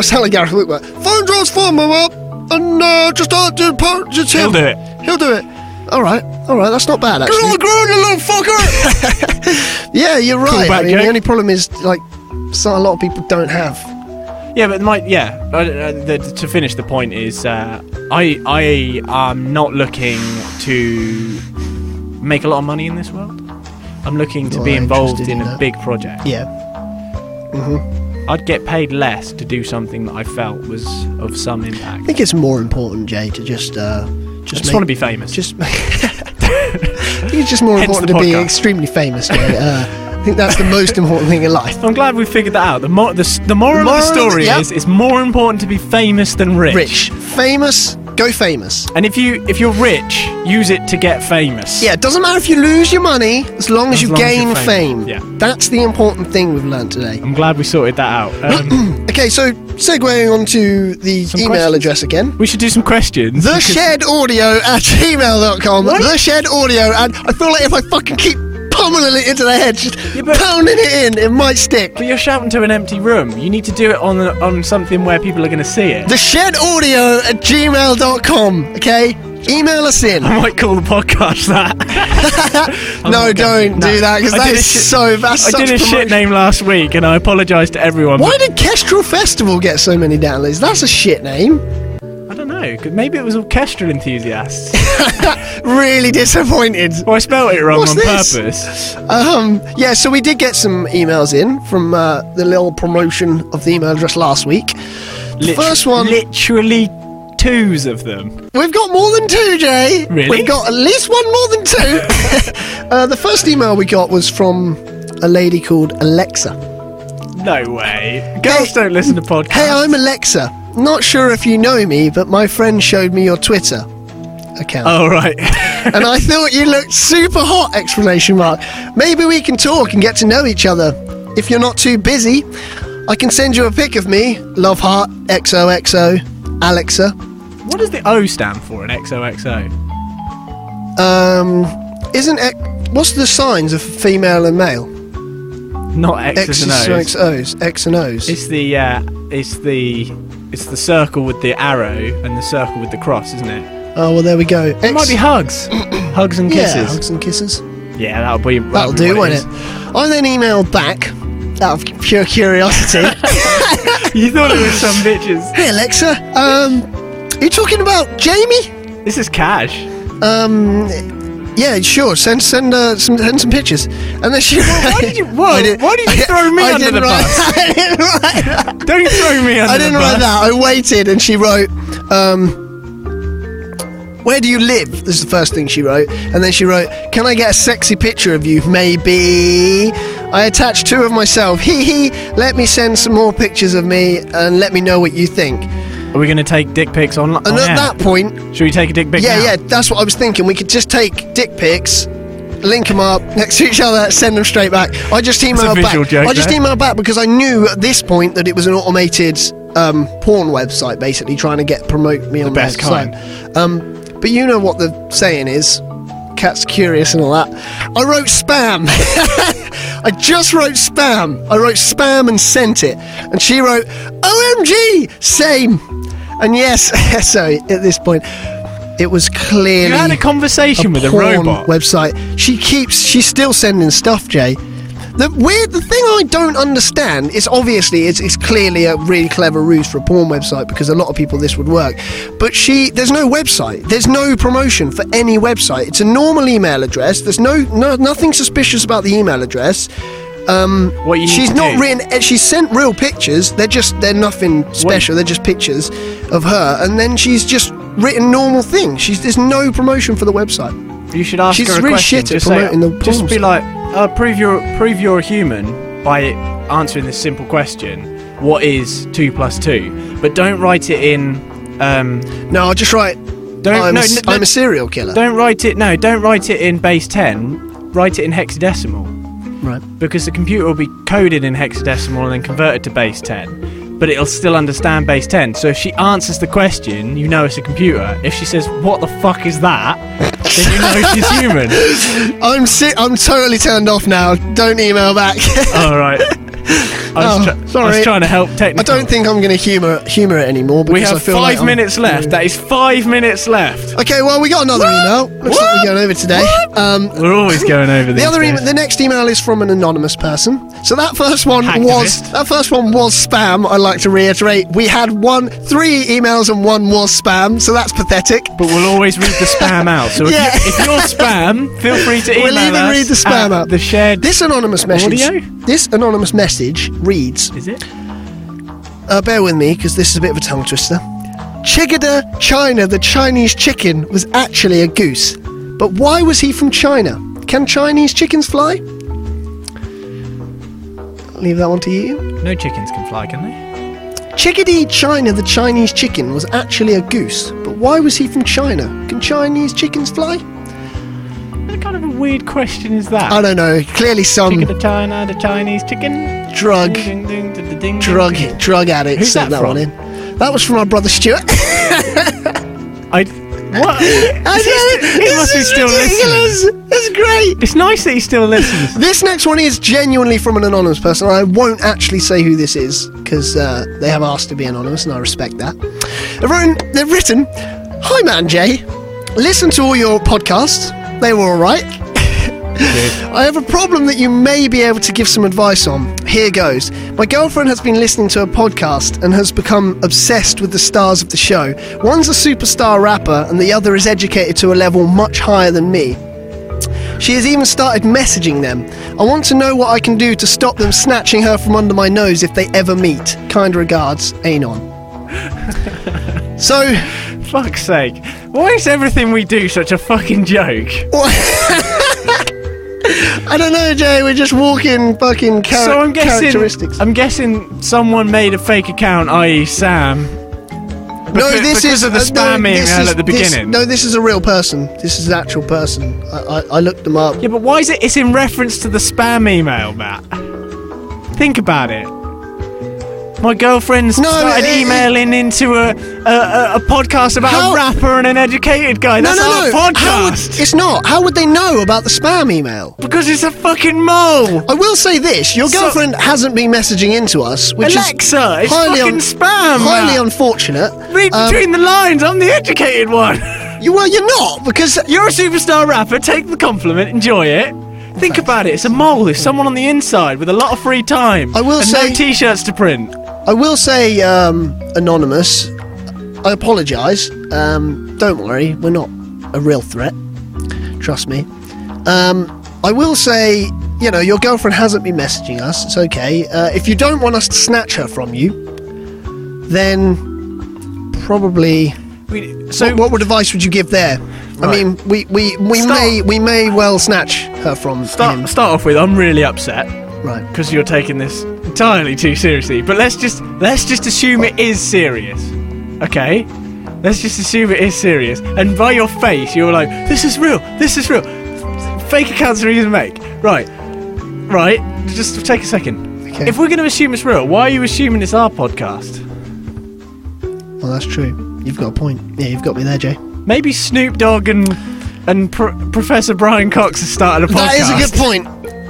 Speaker 2: I sound like Gareth Whitworth. Phone George Foreman up, and uh, just uh, do part, just
Speaker 3: He'll
Speaker 2: him.
Speaker 3: do it.
Speaker 2: He'll do it. All right, all right, that's not bad actually.
Speaker 1: grown, you little fucker!
Speaker 2: Yeah, you're right. I
Speaker 3: back,
Speaker 2: mean,
Speaker 3: Jake.
Speaker 2: the only problem is like so a lot of people don't have.
Speaker 3: Yeah, but my yeah. I, I, the, to finish the point is, uh, I I am not looking to make a lot of money in this world. I'm looking to
Speaker 2: You're
Speaker 3: be
Speaker 2: not
Speaker 3: involved
Speaker 2: interested
Speaker 3: in
Speaker 2: in
Speaker 3: a
Speaker 2: that.
Speaker 3: big project.
Speaker 2: Yeah,
Speaker 3: I'd get paid less to do something that I felt was of some
Speaker 2: I
Speaker 3: impact.
Speaker 2: think it's more important, Jay, to just uh, just,
Speaker 3: I just
Speaker 2: make-
Speaker 3: want to be famous.
Speaker 2: just. I think it's just more
Speaker 3: Hence
Speaker 2: important
Speaker 3: the
Speaker 2: to be
Speaker 3: podcast.
Speaker 2: extremely famous. Jay. Uh, I think that's the most important thing in life.
Speaker 3: I'm glad we figured that out. The, mo- the, s- the moral
Speaker 2: The
Speaker 3: of the
Speaker 2: moral-
Speaker 3: story
Speaker 2: yep.
Speaker 3: is it's more important to be famous than rich.
Speaker 2: Rich, famous, go famous.
Speaker 3: And if you if you're rich, use it to get famous.
Speaker 2: Yeah, it doesn't matter if you lose your money as long as,
Speaker 3: As
Speaker 2: you
Speaker 3: long as
Speaker 2: gain
Speaker 3: you're
Speaker 2: fame.
Speaker 3: famous, yeah. Um,
Speaker 2: That's the important thing we've learned today.
Speaker 3: I'm glad we sorted that out. Um,
Speaker 2: Okay, so segueing onto the
Speaker 3: Some
Speaker 2: email
Speaker 3: questions?
Speaker 2: address again.
Speaker 3: we should do some questions.
Speaker 2: The
Speaker 3: because-
Speaker 2: shed audio at gmail.com. The shed audio. And I feel like if I fucking keep pummeling it into their head, just
Speaker 3: but-
Speaker 2: pounding it in, it might stick.
Speaker 3: But you're shouting to an empty room. You need to do it on on something where people are going to see it.
Speaker 2: The shed audio at gmail.com. Okay? Email us in.
Speaker 3: I might call the podcast that.
Speaker 2: no,
Speaker 3: not gonna-
Speaker 2: don't do that because
Speaker 3: I
Speaker 2: that
Speaker 3: did a
Speaker 2: is
Speaker 3: shit-
Speaker 2: so. That's
Speaker 3: I
Speaker 2: such
Speaker 3: did a shit
Speaker 2: promotion.
Speaker 3: name last week, and I apologise to everyone.
Speaker 2: Why did Kestrel Festival get so many downloads? That's a shit name.
Speaker 3: but I don't know. 'cause Maybe it was orchestral enthusiasts.
Speaker 2: Really disappointed.
Speaker 3: or I spelled it wrong
Speaker 2: What's
Speaker 3: on
Speaker 2: this?
Speaker 3: purpose.
Speaker 2: Um, yeah, so we did get some emails in from uh, the little promotion of the email address last week.
Speaker 3: Lit-
Speaker 2: first one-
Speaker 3: Literally twos of them.
Speaker 2: We've got more than two, Jay.
Speaker 3: Really?
Speaker 2: We've got at least one more than two. uh, the first email we got was from a lady called Alexa.
Speaker 3: No way. Girls
Speaker 2: Hey-
Speaker 3: don't listen to podcasts.
Speaker 2: Hey, I'm Alexa. Not sure if you know me, but my friend showed me your Twitter account.
Speaker 3: Oh right.
Speaker 2: and I thought you looked super hot! Exclamation mark. Maybe we can talk and get to know each other. If you're not too busy, I can send you a pic of me. Love heart. XOXO. Alexa.
Speaker 3: what does the O stand for in XOXO?
Speaker 2: Um, isn't X- what's the signs of female and male?
Speaker 3: Not X's
Speaker 2: X's
Speaker 3: and O's.
Speaker 2: and O's. X and O's.
Speaker 3: It's the uh, it's the it's the circle with the arrow and the circle with the cross, isn't it?
Speaker 2: oh well, there we go.
Speaker 3: It might be hugs, hugs and
Speaker 2: yeah,
Speaker 3: kisses.
Speaker 2: hugs and kisses.
Speaker 3: Yeah, that'll be
Speaker 2: That'll do,
Speaker 3: what
Speaker 2: won't it? I then emailed back out of pure curiosity.
Speaker 3: is. you thought it was some bitches.
Speaker 2: hey Alexa, um, you talking about Jamie?
Speaker 3: This is cash.
Speaker 2: Um, yeah, sure. Send send uh, some send some pictures. And then she.
Speaker 3: why did you- whoa,
Speaker 2: I did-
Speaker 3: why did you throw me
Speaker 2: I
Speaker 3: under
Speaker 2: didn't
Speaker 3: the
Speaker 2: write-
Speaker 3: bus?
Speaker 2: I didn't write that.
Speaker 3: Don't throw me under
Speaker 2: I didn't
Speaker 3: the bus.
Speaker 2: write that. I waited, and she wrote, um, "Where do you live?" This is the first thing she wrote, and then she wrote, "Can I get a sexy picture of you? Maybe." I attached two of myself. Hee hee. Let me send some more pictures of me, and let me know what you think.
Speaker 3: Are we gonna take dick pics on? on
Speaker 2: And at Uh,
Speaker 3: air?
Speaker 2: that point,
Speaker 3: Should we take a dick pic?
Speaker 2: yeah,
Speaker 3: now?
Speaker 2: yeah, that's what I was thinking. We could just take dick pics, link them up next to each other, send them straight back. I just emailed
Speaker 3: visual
Speaker 2: back.
Speaker 3: joke
Speaker 2: I just
Speaker 3: there.
Speaker 2: emailed back because I knew at this point that it was an automated um, porn website, basically trying to get promote me on
Speaker 3: best
Speaker 2: their site. Um, but you know what the saying is. Cat's curious and all that. I wrote spam. I just wrote spam. I wrote spam and sent it. And she wrote, OMG, same. And yes, sorry, at this point, it was clearly
Speaker 3: You had a conversation with a
Speaker 2: porn
Speaker 3: robot.
Speaker 2: website. She keeps, she's still sending stuff, Jay. The weird, the thing I don't understand is obviously it's, it's clearly a really clever ruse for a porn website because a lot of people this would work, but she there's no website, there's no promotion for any website. It's a normal email address. There's no, no nothing suspicious about the email address.
Speaker 3: What you need
Speaker 2: She's
Speaker 3: to
Speaker 2: not
Speaker 3: do-
Speaker 2: written. and She sent real pictures. They're just they're nothing special. They're just pictures of her, and then she's just written normal things. She's there's no promotion for the website.
Speaker 3: You should ask
Speaker 2: She's
Speaker 3: her a
Speaker 2: really
Speaker 3: question.
Speaker 2: shit at
Speaker 3: just say-
Speaker 2: promoting the
Speaker 3: just
Speaker 2: porn
Speaker 3: be
Speaker 2: stuff.
Speaker 3: like, uh, prove you're prove you're a human by answering this simple question: What is two plus two? But don't write it in. Um,
Speaker 2: No, I'll just write.
Speaker 3: Don't-
Speaker 2: I'm,
Speaker 3: no,
Speaker 2: a, s-
Speaker 3: no,
Speaker 2: I'm
Speaker 3: no.
Speaker 2: a serial killer.
Speaker 3: don't write it. No, don't write it in base ten. Write it in hexadecimal
Speaker 2: Right.
Speaker 3: because the computer will be coded in hexadecimal and then converted to base ten. But it'll still understand base 10. So if she answers the question, you know it's a computer. If she says, What the fuck is that? then you know she's human.
Speaker 2: I'm si- I'm totally turned off now. Don't email back.
Speaker 3: Alright. I was,
Speaker 2: Oh,
Speaker 3: try- I was
Speaker 2: sorry.
Speaker 3: trying to help technical.
Speaker 2: I don't think I'm going to humor humor it anymore.
Speaker 3: we
Speaker 2: because I
Speaker 3: have
Speaker 2: feel like
Speaker 3: five
Speaker 2: I'm-
Speaker 3: minutes left. That is five minutes left.
Speaker 2: Okay, well we got another email. Looks like
Speaker 3: What?
Speaker 2: we're going over today. Um,
Speaker 3: We're always going over
Speaker 2: the
Speaker 3: these
Speaker 2: other
Speaker 3: days.
Speaker 2: email, the next email is from an anonymous person. So that first one was
Speaker 3: Hacktivist.
Speaker 2: that first one was spam. I'd like to reiterate, we had one three emails and one was spam. So that's pathetic.
Speaker 3: but we'll always read the spam out. So if,
Speaker 2: Yeah.
Speaker 3: you, if you're spam, feel free to email
Speaker 2: We'll even
Speaker 3: us
Speaker 2: read the spam
Speaker 3: at
Speaker 2: out.
Speaker 3: The shared.
Speaker 2: This anonymous message.
Speaker 3: Audio?
Speaker 2: This anonymous message reads.
Speaker 3: is it?
Speaker 2: Uh, bear with me, because this is a bit of a tongue twister. Chigada China, the Chinese chicken, was actually a goose. But why was he from China? Can Chinese chickens fly? Leave that one to you.
Speaker 3: No chickens can fly, can they?
Speaker 2: Chickadee China, the Chinese chicken, was actually a goose. But why was he from China? Can Chinese chickens fly?
Speaker 3: What kind of a weird question is that?
Speaker 2: I don't know. Clearly some
Speaker 3: Chicken to China, the Chinese chicken.
Speaker 2: drug,
Speaker 3: Ding, ding, ding, ding, ding,
Speaker 2: drug,
Speaker 3: ding.
Speaker 2: drug addict
Speaker 3: Who's
Speaker 2: sent
Speaker 3: that
Speaker 2: that
Speaker 3: from?
Speaker 2: one in. That was from our brother Stuart.
Speaker 3: I. What?
Speaker 2: I know,
Speaker 3: st- he
Speaker 2: this
Speaker 3: must be
Speaker 2: is
Speaker 3: still
Speaker 2: ridiculous. It's great.
Speaker 3: It's nice that he still listens.
Speaker 2: This next one is genuinely from an anonymous person. I won't actually say who this is because uh, they have asked to be anonymous, and I respect that. They've written, they've written, "Hi, man, Jay. Listen to all your podcasts. They were all right. I have a problem that you may be able to give some advice on. Here goes. My girlfriend has been listening to a podcast and has become obsessed with the stars of the show. One's a superstar rapper, and the other is educated to a level much higher than me." She has even started messaging them. I want to know what I can do to stop them snatching her from under my nose if they ever meet. Kind regards, Anon. so,
Speaker 3: Fuck's sake. Why is everything we do such a fucking joke?
Speaker 2: I don't know, Jay. We're just walking fucking char-
Speaker 3: so I'm guessing.
Speaker 2: characteristics.
Speaker 3: I'm guessing someone made a fake account, i.e., Sam.
Speaker 2: no,
Speaker 3: Becau-
Speaker 2: this
Speaker 3: because
Speaker 2: is
Speaker 3: of the
Speaker 2: uh,
Speaker 3: spam
Speaker 2: no, this
Speaker 3: email
Speaker 2: is-
Speaker 3: at the
Speaker 2: this-
Speaker 3: beginning.
Speaker 2: no, this is a real person. This is an actual person. I, I, I looked them up.
Speaker 3: Yeah, but why is it? It's in reference to the spam email, Matt. Think about it. My girlfriend's
Speaker 2: No,
Speaker 3: started
Speaker 2: it- it-
Speaker 3: emailing into a, a, a, a podcast about
Speaker 2: How-
Speaker 3: a rapper and an educated guy.
Speaker 2: No,
Speaker 3: That's
Speaker 2: no, no.
Speaker 3: our
Speaker 2: How would,
Speaker 3: podcast.
Speaker 2: it's not. How would they know about the spam email?
Speaker 3: because it's a fucking mole.
Speaker 2: I will say this: your
Speaker 3: So-
Speaker 2: girlfriend hasn't been messaging into us, which
Speaker 3: Alexa,
Speaker 2: is
Speaker 3: it's
Speaker 2: highly
Speaker 3: fucking
Speaker 2: un-
Speaker 3: spam,
Speaker 2: highly
Speaker 3: Matt.
Speaker 2: unfortunate.
Speaker 3: Read
Speaker 2: Um,
Speaker 3: between the lines. I'm the educated one.
Speaker 2: you well, you're not because
Speaker 3: You're a superstar rapper. Take the compliment. Enjoy it. Think about it. It's a mole. It's someone on the inside with a lot of free time.
Speaker 2: I will
Speaker 3: and
Speaker 2: say-
Speaker 3: no t-shirts to print.
Speaker 2: I will say um, anonymous. I apologise. Um, don't worry, we're not a real threat. Trust me. Um, I will say, you know, your girlfriend hasn't been messaging us. It's okay. Uh, if you don't want us to snatch her from you, then probably.
Speaker 3: We-
Speaker 2: So, what, what advice would you give there? I
Speaker 3: Right.
Speaker 2: mean, we, we, we
Speaker 3: Start-
Speaker 2: may we may well snatch her from him.
Speaker 3: Start, start off with I'm really upset
Speaker 2: Right.
Speaker 3: because you're taking this entirely too seriously. But let's just let's just assume it is serious. Okay? Let's just assume it is serious. And by your face you're like, this is real, this is real. Fake accounts are easy to make. Right. Right. Just take a second.
Speaker 2: Okay.
Speaker 3: If we're gonna assume it's real, why are you assuming it's our podcast?
Speaker 2: Well, that's true. You've got a point. Yeah, you've got me there, Jay.
Speaker 3: Maybe Snoop Dogg and and Pro- Professor Brian Cox has started a podcast.
Speaker 2: That is a good point.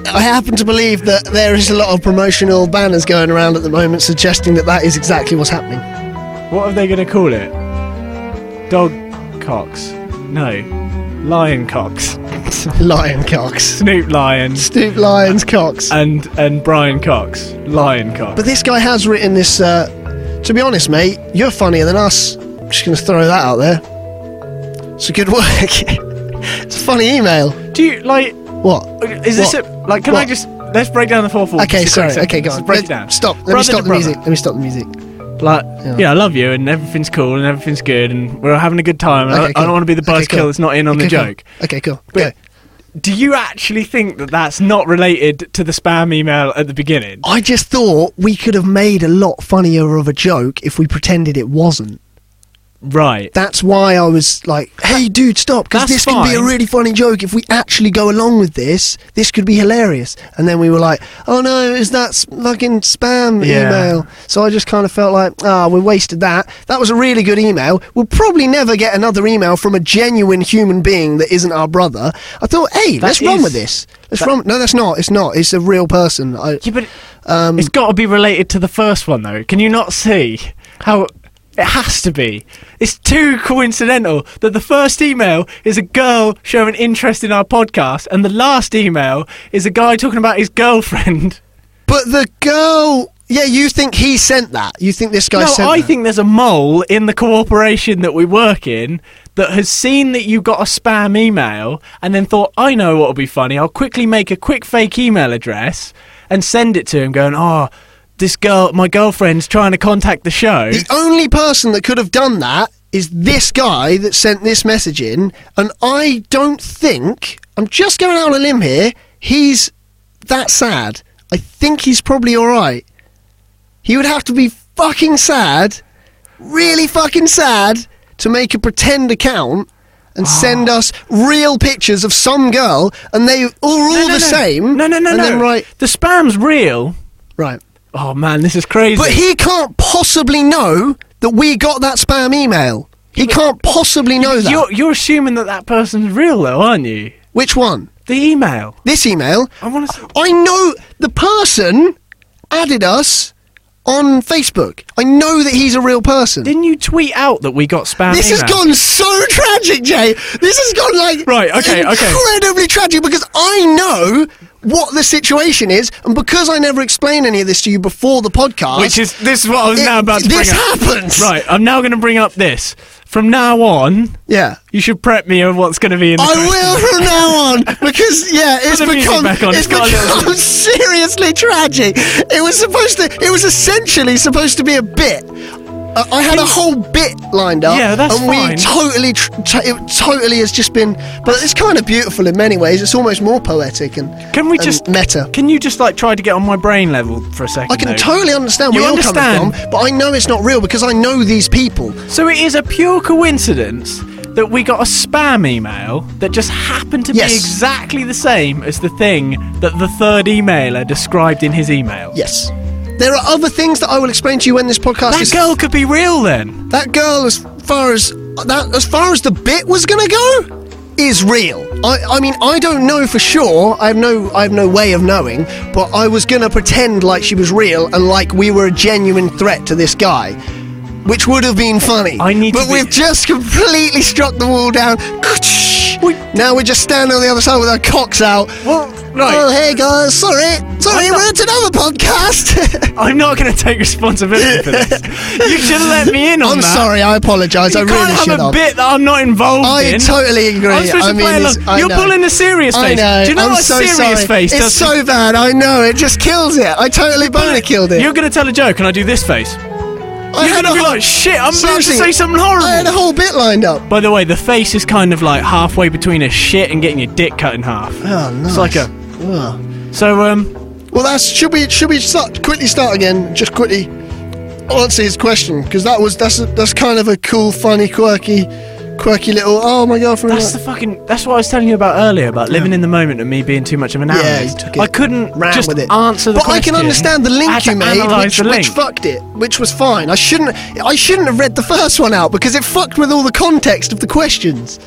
Speaker 2: I happen to believe that there is a lot of promotional banners going around at the moment suggesting that that is exactly what's happening.
Speaker 3: What are they going to call it? Dog Cox. No. Lion Cox.
Speaker 2: Lion cocks.
Speaker 3: Snoop Lion
Speaker 2: Stoop lions cocks.
Speaker 3: and and Brian Cox. Lion Cox.
Speaker 2: But this guy has written this. Uh, to be honest, mate, you're funnier than us. I'm just going to throw that out there. It's a good work. it's a funny email.
Speaker 3: Do you like
Speaker 2: What?
Speaker 3: is this
Speaker 2: What?
Speaker 3: a, like can I
Speaker 2: What?
Speaker 3: just let's break down the fourth wall.
Speaker 2: Okay,
Speaker 3: just a quick
Speaker 2: sorry.
Speaker 3: second.
Speaker 2: Okay, go
Speaker 3: Just
Speaker 2: on.
Speaker 3: Break
Speaker 2: Let-
Speaker 3: it down.
Speaker 2: Stop. Let me
Speaker 3: Brother
Speaker 2: stop
Speaker 3: to
Speaker 2: the
Speaker 3: brother.
Speaker 2: music. Let me stop the music.
Speaker 3: Like yeah. I love you and everything's cool and everything's good and we're having a good time and I-
Speaker 2: Okay,
Speaker 3: I,
Speaker 2: cool.
Speaker 3: don't want to be the
Speaker 2: Okay,
Speaker 3: buzzkill
Speaker 2: cool.
Speaker 3: that's not in on
Speaker 2: okay,
Speaker 3: the
Speaker 2: cool.
Speaker 3: joke.
Speaker 2: Okay, cool. Go.
Speaker 3: But- Do you actually think that that's not related to the spam email at the beginning?
Speaker 2: I just thought we could have made a lot funnier of a joke if we pretended it wasn't.
Speaker 3: Right.
Speaker 2: That's why I was like, hey, dude, stop, because this
Speaker 3: That's
Speaker 2: could be a
Speaker 3: fine.
Speaker 2: really funny joke. If we actually go along with this, this could be hilarious. And then we were like, oh no, it's that s- fucking spam
Speaker 3: Yeah.
Speaker 2: email. So I just kind of felt like, ah, we wasted that. That was a really good email. We'll probably never get another email from a genuine human being that isn't our brother. I thought, hey, let's run
Speaker 3: is-
Speaker 2: with this. Let's run. No, that's not. It's not. It's a real person. I,
Speaker 3: Yeah, but it's got to be related to the first one, though. Can you not see how it has to be? It's too coincidental that the first email is a girl showing interest in our podcast, and the last email is a guy talking about his girlfriend.
Speaker 2: But the girl. Yeah, you think he sent that? You think this guy
Speaker 3: no,
Speaker 2: sent
Speaker 3: I
Speaker 2: that?
Speaker 3: think there's a mole in the corporation that we work in that has seen that you got a spam email and then thought, I know what'll be funny. I'll quickly make a quick fake email address and send it to him, going, "Oh, this girl, my girlfriend's trying to contact the show."
Speaker 2: The only person that could have done that is this guy that sent this message in, and I don't think I'm just going out on a limb here. He's that sad. I think he's probably all right. He would have to be fucking sad, really fucking sad, to make a pretend account
Speaker 3: Ah.
Speaker 2: and send us real pictures of some girl, and they are all the same.
Speaker 3: No, no, no,
Speaker 2: and
Speaker 3: no.
Speaker 2: Then right,
Speaker 3: The spam's real.
Speaker 2: right.
Speaker 3: Oh man, this is crazy.
Speaker 2: But he can't possibly know that we got that spam email. He can't possibly know that.
Speaker 3: you're you're assuming that that person's real, though, aren't you?
Speaker 2: Which one?
Speaker 3: The email.
Speaker 2: This email?
Speaker 3: I want to.
Speaker 2: I know the person added us on Facebook. I know that he's a real person.
Speaker 3: Didn't you tweet out that we got spam?
Speaker 2: This has
Speaker 3: email?
Speaker 2: gone so tragic, Jay. This has gone like
Speaker 3: Right, okay, okay.
Speaker 2: incredibly tragic because I know what the situation is, and because I never explained any of this to you before the podcast,
Speaker 3: Which is this is what I was
Speaker 2: It-
Speaker 3: now about to
Speaker 2: this
Speaker 3: bring up.
Speaker 2: happens.
Speaker 3: Right, I'm now going to bring up this. From now on,
Speaker 2: yeah.
Speaker 3: you should prep me on what's going to be in the
Speaker 2: I
Speaker 3: question.
Speaker 2: will from now on because yeah, it's
Speaker 3: the music
Speaker 2: become
Speaker 3: back on,
Speaker 2: it's
Speaker 3: it's got a little-
Speaker 2: become seriously tragic. It was supposed to. It was essentially supposed to be a bit. Uh, I had a whole bit lined up,
Speaker 3: Yeah, that's
Speaker 2: and we
Speaker 3: fine.
Speaker 2: totally, tr- t- it totally has just been. But it's kind of beautiful in many ways. It's almost more poetic and
Speaker 3: Can we
Speaker 2: and
Speaker 3: just
Speaker 2: meta.
Speaker 3: Can you just like try to get on my brain level for a second?
Speaker 2: I can
Speaker 3: though?
Speaker 2: totally understand where
Speaker 3: You
Speaker 2: you're coming
Speaker 3: understand?
Speaker 2: from, but I know it's not real because I know these people.
Speaker 3: So it is a pure coincidence that we got a spam email that just happened to
Speaker 2: Yes.
Speaker 3: be exactly the same as the thing that the third emailer described in his email.
Speaker 2: Yes, there are other things that I will explain to you when this podcast
Speaker 3: That
Speaker 2: is
Speaker 3: girl could be real then.
Speaker 2: That girl, as far as that, as far as the bit was gonna go, is real. I, I mean, I don't know for sure. I have no, I have no way of knowing. But I was gonna pretend like she was real and like we were a genuine threat to this guy, which would have been funny.
Speaker 3: I need to
Speaker 2: But
Speaker 3: be-
Speaker 2: we've just completely struck the wall down.
Speaker 3: We-
Speaker 2: Now we're just standing on the other side with our cocks out.
Speaker 3: Well, right.
Speaker 2: Oh, hey guys, sorry, sorry, we're at another podcast.
Speaker 3: I'm not going to take responsibility for this. you should have let me in on
Speaker 2: I'm
Speaker 3: that.
Speaker 2: sorry, I apologise.
Speaker 3: You
Speaker 2: I really
Speaker 3: can't have
Speaker 2: should
Speaker 3: a
Speaker 2: have.
Speaker 3: bit that I'm not involved
Speaker 2: I
Speaker 3: in.
Speaker 2: totally agree.
Speaker 3: I'm supposed
Speaker 2: I
Speaker 3: to play
Speaker 2: mean,
Speaker 3: along.
Speaker 2: it's- I
Speaker 3: You're
Speaker 2: know.
Speaker 3: pulling a serious face.
Speaker 2: I know.
Speaker 3: Do you know
Speaker 2: I'm
Speaker 3: what a
Speaker 2: so
Speaker 3: serious
Speaker 2: sorry.
Speaker 3: face
Speaker 2: It's
Speaker 3: does?
Speaker 2: so bad. I know. It just kills it. I totally boner killed it.
Speaker 3: You're going to tell a joke and I do this face.
Speaker 2: I
Speaker 3: You're
Speaker 2: had
Speaker 3: going to
Speaker 2: a
Speaker 3: be
Speaker 2: whole-
Speaker 3: like, shit, I'm about to
Speaker 2: Seriously,
Speaker 3: say something horrible.
Speaker 2: I had a whole bit lined up.
Speaker 3: By the way, the face is kind of like halfway between a shit and getting your dick cut in half.
Speaker 2: Oh, nice.
Speaker 3: It's like a.
Speaker 2: Oh.
Speaker 3: So, um,
Speaker 2: Well, that's should we should we start quickly start again? Just quickly answer his question because that was that's a, that's kind of a cool, funny, quirky, quirky little. Oh my god!
Speaker 3: that's the fucking. That's what I was telling you about earlier about living in the moment and me being too much of an
Speaker 2: Yeah,
Speaker 3: analyst.
Speaker 2: you took it.
Speaker 3: I couldn't
Speaker 2: ran
Speaker 3: just
Speaker 2: with it.
Speaker 3: answer the
Speaker 2: but I
Speaker 3: question.
Speaker 2: can understand the
Speaker 3: I
Speaker 2: link
Speaker 3: had
Speaker 2: you
Speaker 3: to
Speaker 2: made,
Speaker 3: analyse
Speaker 2: which,
Speaker 3: the
Speaker 2: which
Speaker 3: link.
Speaker 2: fucked it, which was fine. I shouldn't, I shouldn't have read the first one out because it fucked with all the context of the questions.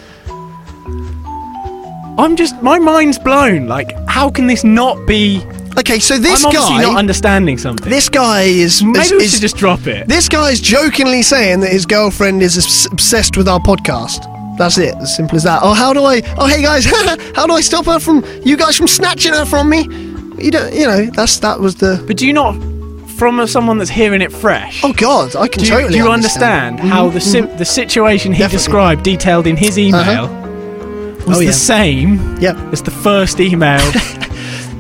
Speaker 3: I'm just. My mind's blown. Like, how can this not be.
Speaker 2: Okay, so this
Speaker 3: I'm obviously
Speaker 2: guy,
Speaker 3: not understanding something.
Speaker 2: this guy is,
Speaker 3: Maybe
Speaker 2: is,
Speaker 3: we
Speaker 2: is-
Speaker 3: should just drop it.
Speaker 2: this guy's jokingly saying that his girlfriend is obs- obsessed with our podcast. That's it, as simple as that. Oh, how do I? Oh, hey guys, how do I stop her from you guys from snatching her from me? You don't, you know, that's that was the.
Speaker 3: But do you not, from a- someone that's hearing it fresh?
Speaker 2: Oh God, I can
Speaker 3: do you,
Speaker 2: totally. Mm-hmm,
Speaker 3: do you understand, how the sim- the situation he
Speaker 2: Definitely. Uh-huh.
Speaker 3: described, detailed in his email, was
Speaker 2: Oh,
Speaker 3: the
Speaker 2: yeah.
Speaker 3: same
Speaker 2: Yep.
Speaker 3: as the first email?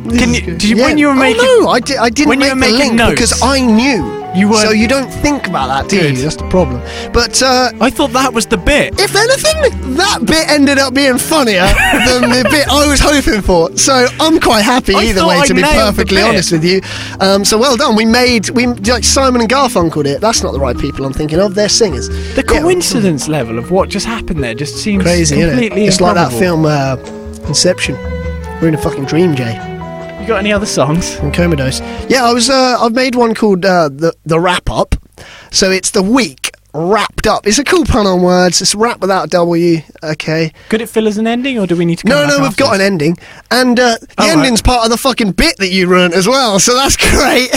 Speaker 3: Can you? Did you
Speaker 2: Yeah.
Speaker 3: when you were
Speaker 2: Oh,
Speaker 3: making?
Speaker 2: no, I, di- I didn't
Speaker 3: when you
Speaker 2: make the
Speaker 3: were making
Speaker 2: link
Speaker 3: notes.
Speaker 2: because I knew.
Speaker 3: You were.
Speaker 2: So you don't think about that, do
Speaker 3: Good.
Speaker 2: you? That's the problem. But uh,
Speaker 3: I thought that was the bit.
Speaker 2: if anything, that bit ended up being funnier than the bit I was hoping for. So I'm quite happy
Speaker 3: I
Speaker 2: either
Speaker 3: thought
Speaker 2: way,
Speaker 3: I
Speaker 2: to be
Speaker 3: nailed the
Speaker 2: perfectly
Speaker 3: bit.
Speaker 2: honest with you. Um, so well done. We made we like Simon and Garfunkel did. it. That's not the right people I'm thinking of. They're singers.
Speaker 3: The coincidence level of what just happened there just seems
Speaker 2: crazy, isn't it?
Speaker 3: completely
Speaker 2: It's like that
Speaker 3: improbable.
Speaker 2: film uh, Inception. We're in a fucking dream, Jay.
Speaker 3: You got any other songs?
Speaker 2: from Commodores. Yeah, I was. Uh, I've made one called uh, the the wrap up. So it's the week wrapped up. It's a cool pun on words. It's wrap without a W. Okay.
Speaker 3: Could it fill as an ending, or do we need to? Come
Speaker 2: No,
Speaker 3: back
Speaker 2: no, we've
Speaker 3: after
Speaker 2: got an
Speaker 3: this?
Speaker 2: ending, and uh, the
Speaker 3: All right.
Speaker 2: ending's part of the fucking bit that you ruined as well. So that's great.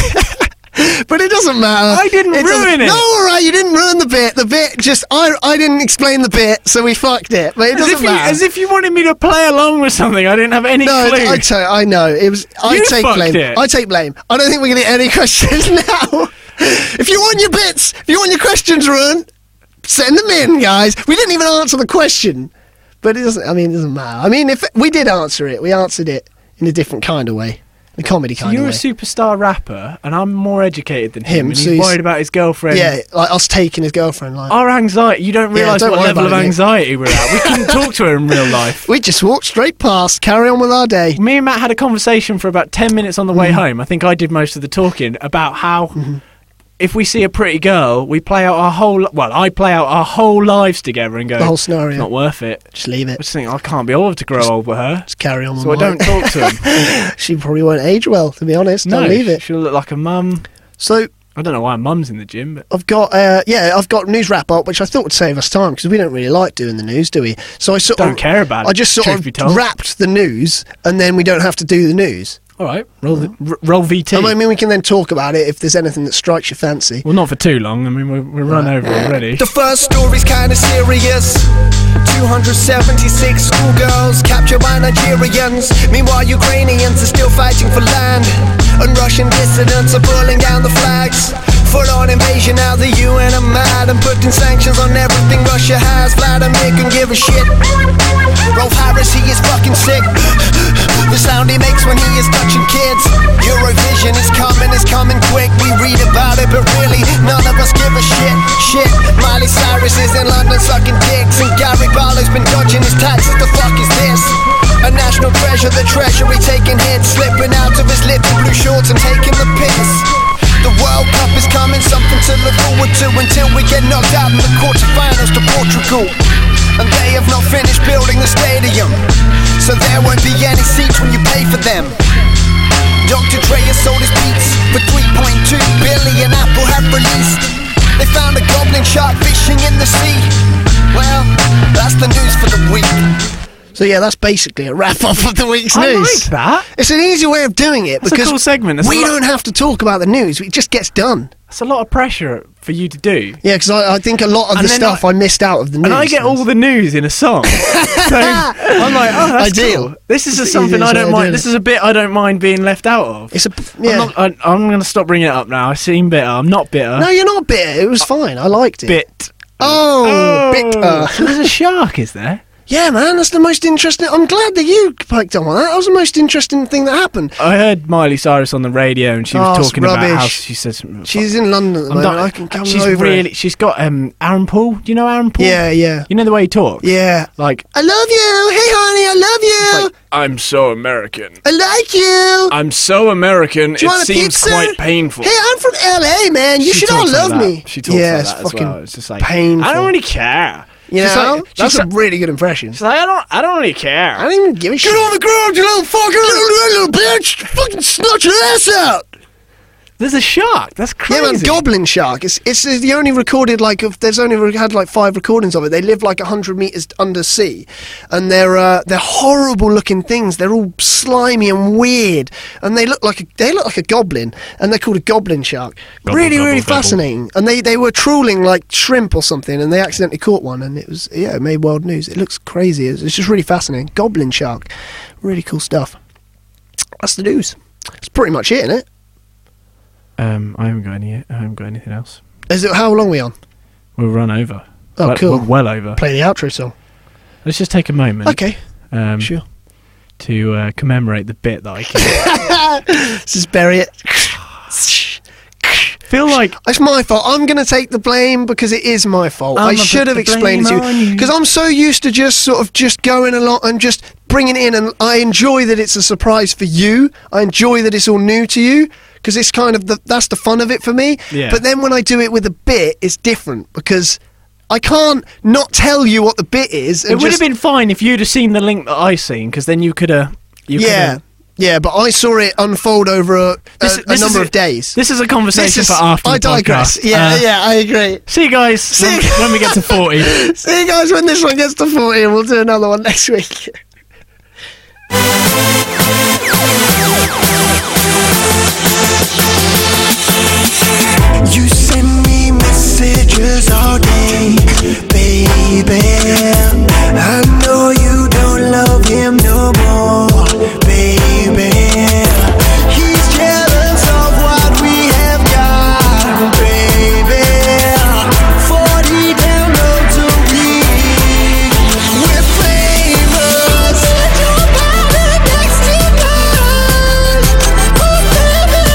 Speaker 2: But it doesn't matter.
Speaker 3: I didn't
Speaker 2: doesn't-
Speaker 3: ruin it.
Speaker 2: No, all right, you didn't ruin the bit. The bit just I I didn't explain the bit, so we fucked it. But it
Speaker 3: As
Speaker 2: doesn't
Speaker 3: if, you,
Speaker 2: matter.
Speaker 3: as if you wanted me to play along with something, I didn't have any
Speaker 2: No,
Speaker 3: clue.
Speaker 2: I t- I know. It was. I
Speaker 3: You
Speaker 2: take
Speaker 3: fucked
Speaker 2: blame.
Speaker 3: it.
Speaker 2: I take blame. I don't think we're going to get any questions now. if you want your bits, if you want your questions ruined, send them in, guys. We didn't even answer the question, but it doesn't. I mean, it doesn't matter. I mean, if we did answer it, we answered it in a different kind of way, in a comedy kind
Speaker 3: You're a
Speaker 2: of way.
Speaker 3: superstar rapper, and I'm more educated than him.
Speaker 2: Him,
Speaker 3: and
Speaker 2: so
Speaker 3: he's
Speaker 2: he's-
Speaker 3: worried about his girlfriend.
Speaker 2: yeah, like us taking his girlfriend. Like
Speaker 3: Our anxiety, you don't
Speaker 2: Yeah,
Speaker 3: realise
Speaker 2: don't
Speaker 3: what
Speaker 2: worry
Speaker 3: level of
Speaker 2: about it, mate.
Speaker 3: anxiety we're at. We couldn't talk to her in real life.
Speaker 2: we just walked straight past. Carry on with our day.
Speaker 3: Me and Matt had a conversation for about 10 minutes on the
Speaker 2: Mm-hmm.
Speaker 3: way home. I think I did most of the talking about how if we see a pretty girl, we play out our whole, well, I play out our whole lives together and go,
Speaker 2: The whole scenario.
Speaker 3: It's not worth it. I
Speaker 2: Just leave it.
Speaker 3: just think, I can't be bothered to grow old with her.
Speaker 2: Just carry on.
Speaker 3: So I
Speaker 2: with mine.
Speaker 3: don't talk to him.
Speaker 2: she probably won't age well, to be honest.
Speaker 3: no,
Speaker 2: don't leave it.
Speaker 3: she'll look like a mum.
Speaker 2: So
Speaker 3: I don't know why a mum's in the gym, but
Speaker 2: I've got uh, yeah, I've got news wrap up, which I thought would save us time because we don't really like doing the news, do we? So I sort
Speaker 3: Don't
Speaker 2: of
Speaker 3: care about
Speaker 2: I
Speaker 3: it,
Speaker 2: just sort
Speaker 3: truth be told.
Speaker 2: of wrapped the news, and then we don't have to do the news.
Speaker 3: all right, roll, the, r- roll VT.
Speaker 2: I mean, we can then talk about it if there's anything that strikes your fancy.
Speaker 3: Well, not for too long. I mean, we're, we're run over already.
Speaker 1: The first story's kinda serious. 276 schoolgirls captured by Nigerians. Meanwhile, Ukrainians are still fighting for land. And Russian dissidents are pulling down the flags. Full on invasion, now the UN are mad and putting sanctions on everything Russia has. Vladimir can give a shit. Rolf Harris, he is fucking sick. The sound he makes when he is touching kids. Eurovision is coming, it's coming quick. We read about it, but really, none of us give a shit. Shit, Miley Cyrus is in London sucking dicks, and Gary Barlow's been dodging his taxes. The fuck is this? A national treasure, the treasury taking hits, slipping out of his lip in blue shorts and taking the piss. The World Cup is coming, something to look forward to until we get knocked out in the quarterfinals to Portugal. And they have not finished building the stadium. So there won't be any seats when you pay for them. Dr. Dre has sold his beats for 3.2 billion Apple have released. They found a goblin shark fishing in the sea. Well, that's the news for the week.
Speaker 2: So yeah, that's basically a wrap up of the week's
Speaker 3: I
Speaker 2: news.
Speaker 3: like that.
Speaker 2: It's an easy way of doing it
Speaker 3: That's a
Speaker 2: because
Speaker 3: cool segment. That's a
Speaker 2: we
Speaker 3: lot-
Speaker 2: don't have to talk about the news; it just gets done.
Speaker 3: That's a lot of pressure for you to do.
Speaker 2: Yeah, because I, I think a lot of
Speaker 3: And
Speaker 2: the
Speaker 3: then
Speaker 2: stuff
Speaker 3: I-
Speaker 2: I, missed out of the news. Ah.
Speaker 3: And I get all the news in a song. so I'm like, oh, that's
Speaker 2: Ideal.
Speaker 3: cool. This is a
Speaker 2: It's the
Speaker 3: something I
Speaker 2: easiest
Speaker 3: don't
Speaker 2: way of
Speaker 3: mind.
Speaker 2: doing
Speaker 3: This
Speaker 2: it.
Speaker 3: is a bit I don't mind being left out of.
Speaker 2: It's a yeah.
Speaker 3: I'm, not, uh, I, I'm going to stop bringing it up now. I seem bitter. I'm not bitter.
Speaker 2: no, you're not bitter. It was fine. I liked it.
Speaker 3: bit.
Speaker 2: Oh,
Speaker 3: Oh.
Speaker 2: bitter.
Speaker 3: So there's a shark, is there?
Speaker 2: Yeah, man, that's the most interesting. I'm glad that you picked up on that. That was the most interesting thing that happened.
Speaker 3: I heard Miley Cyrus on the radio, and she
Speaker 2: Oh,
Speaker 3: was
Speaker 2: it's
Speaker 3: talking about how
Speaker 2: rubbish.
Speaker 3: she says "Fuck
Speaker 2: She's in London at the
Speaker 3: I'm
Speaker 2: moment.
Speaker 3: not-
Speaker 2: I can come
Speaker 3: she's
Speaker 2: over. it.
Speaker 3: really. She's got um Aaron Paul. Do you know Aaron Paul?
Speaker 2: Yeah, yeah,
Speaker 3: You know the way he talks.
Speaker 2: yeah.
Speaker 3: Like,
Speaker 2: I love you. Hey, honey, I love you.
Speaker 3: I'm so American.
Speaker 2: I like you.
Speaker 3: I'm so American.
Speaker 2: Do you want a pizza? Hey, I'm from LA, man. You
Speaker 3: She
Speaker 2: should all
Speaker 3: talks like
Speaker 2: love
Speaker 3: that.
Speaker 2: me.
Speaker 3: She talks
Speaker 2: yeah,
Speaker 3: like
Speaker 2: it's
Speaker 3: that as
Speaker 2: fucking
Speaker 3: well. It's just like I
Speaker 2: painful.
Speaker 3: don't really care.
Speaker 2: You
Speaker 3: she's
Speaker 2: know,
Speaker 3: like,
Speaker 2: that's
Speaker 3: she's
Speaker 2: a really good impression.
Speaker 3: She's like, I don't, I don't really care.
Speaker 2: I don't even give a shit. Get on the ground, you little fucker! You little bitch! Fucking snatch your ass out!
Speaker 3: There's a shark. That's
Speaker 2: Yeah,
Speaker 3: crazy.
Speaker 2: man, Goblin Shark. It's, it's the only recorded like of. There's only re- had like five recordings of it. They live like hundred meters undersea, and they're uh, they're horrible looking things. They're all slimy and weird, and they look like a, they look like a goblin, and they're called a Goblin Shark. really,
Speaker 3: gobble,
Speaker 2: really
Speaker 3: gobble.
Speaker 2: fascinating. And they they were trawling like shrimp or something, and they accidentally caught one, and it was yeah, it made world news. It looks crazy. It's, it's just really fascinating. Goblin Shark, really cool stuff. That's the news. That's pretty much it, isn't it?
Speaker 3: Um, I haven't got any. I haven't got anything else.
Speaker 2: Is it how long are we on?
Speaker 3: We'll run over.
Speaker 2: Oh,
Speaker 3: well,
Speaker 2: cool.
Speaker 3: We're well over.
Speaker 2: Play the outro song.
Speaker 3: Let's just take a moment.
Speaker 2: Okay,
Speaker 3: Um,
Speaker 2: sure.
Speaker 3: To uh, commemorate the bit that I. Can.
Speaker 2: Let's just bury it.
Speaker 3: feel like
Speaker 2: It's my fault. I'm going to take the blame because it is my fault.
Speaker 3: I'm
Speaker 2: i
Speaker 3: a
Speaker 2: should have
Speaker 3: bit to
Speaker 2: explained it
Speaker 3: blame,
Speaker 2: to
Speaker 3: aren't
Speaker 2: you
Speaker 3: you?
Speaker 2: because I'm so used to just sort of just going along and just bringing it in, and I enjoy that it's a surprise for you. I enjoy that it's all new to you because it's kind of the, that's the fun of it for me.
Speaker 3: Yeah.
Speaker 2: But then when I do it with a bit, it's different because I can't not tell you what the bit is. And
Speaker 3: it would have
Speaker 2: just-
Speaker 3: been fine if you'd have seen the link that I seen, because then you could have. You
Speaker 2: yeah.
Speaker 3: coulda-
Speaker 2: Yeah, but I saw it unfold over a, a,
Speaker 3: This-
Speaker 2: a
Speaker 3: this is
Speaker 2: number of days.
Speaker 3: This is a
Speaker 2: This
Speaker 3: conversation
Speaker 2: is-
Speaker 3: for after.
Speaker 2: I
Speaker 3: the
Speaker 2: digress.
Speaker 3: podcast.
Speaker 2: Yeah,
Speaker 3: Uh,
Speaker 2: yeah, I agree.
Speaker 3: See you guys when,
Speaker 2: you-
Speaker 3: when we get to forty.
Speaker 2: See you guys when this one gets to 40 and we'll do another one next week.
Speaker 4: You send me messages all day, baby. I know you don't love him no more, baby. He's jealous of what we have got, baby. 40 down to me. We're famous. Your body next to mine. Oh, baby.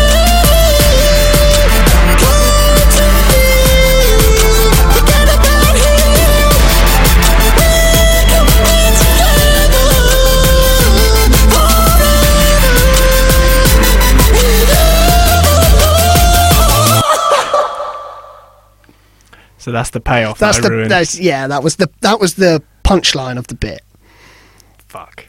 Speaker 4: Come to me. Forget about him. We can be together forever.
Speaker 3: so that's the payoff.
Speaker 2: That's
Speaker 3: that I
Speaker 2: the
Speaker 3: ruined.
Speaker 2: that's, yeah, that was the that was the punchline of the bit.
Speaker 3: fuck.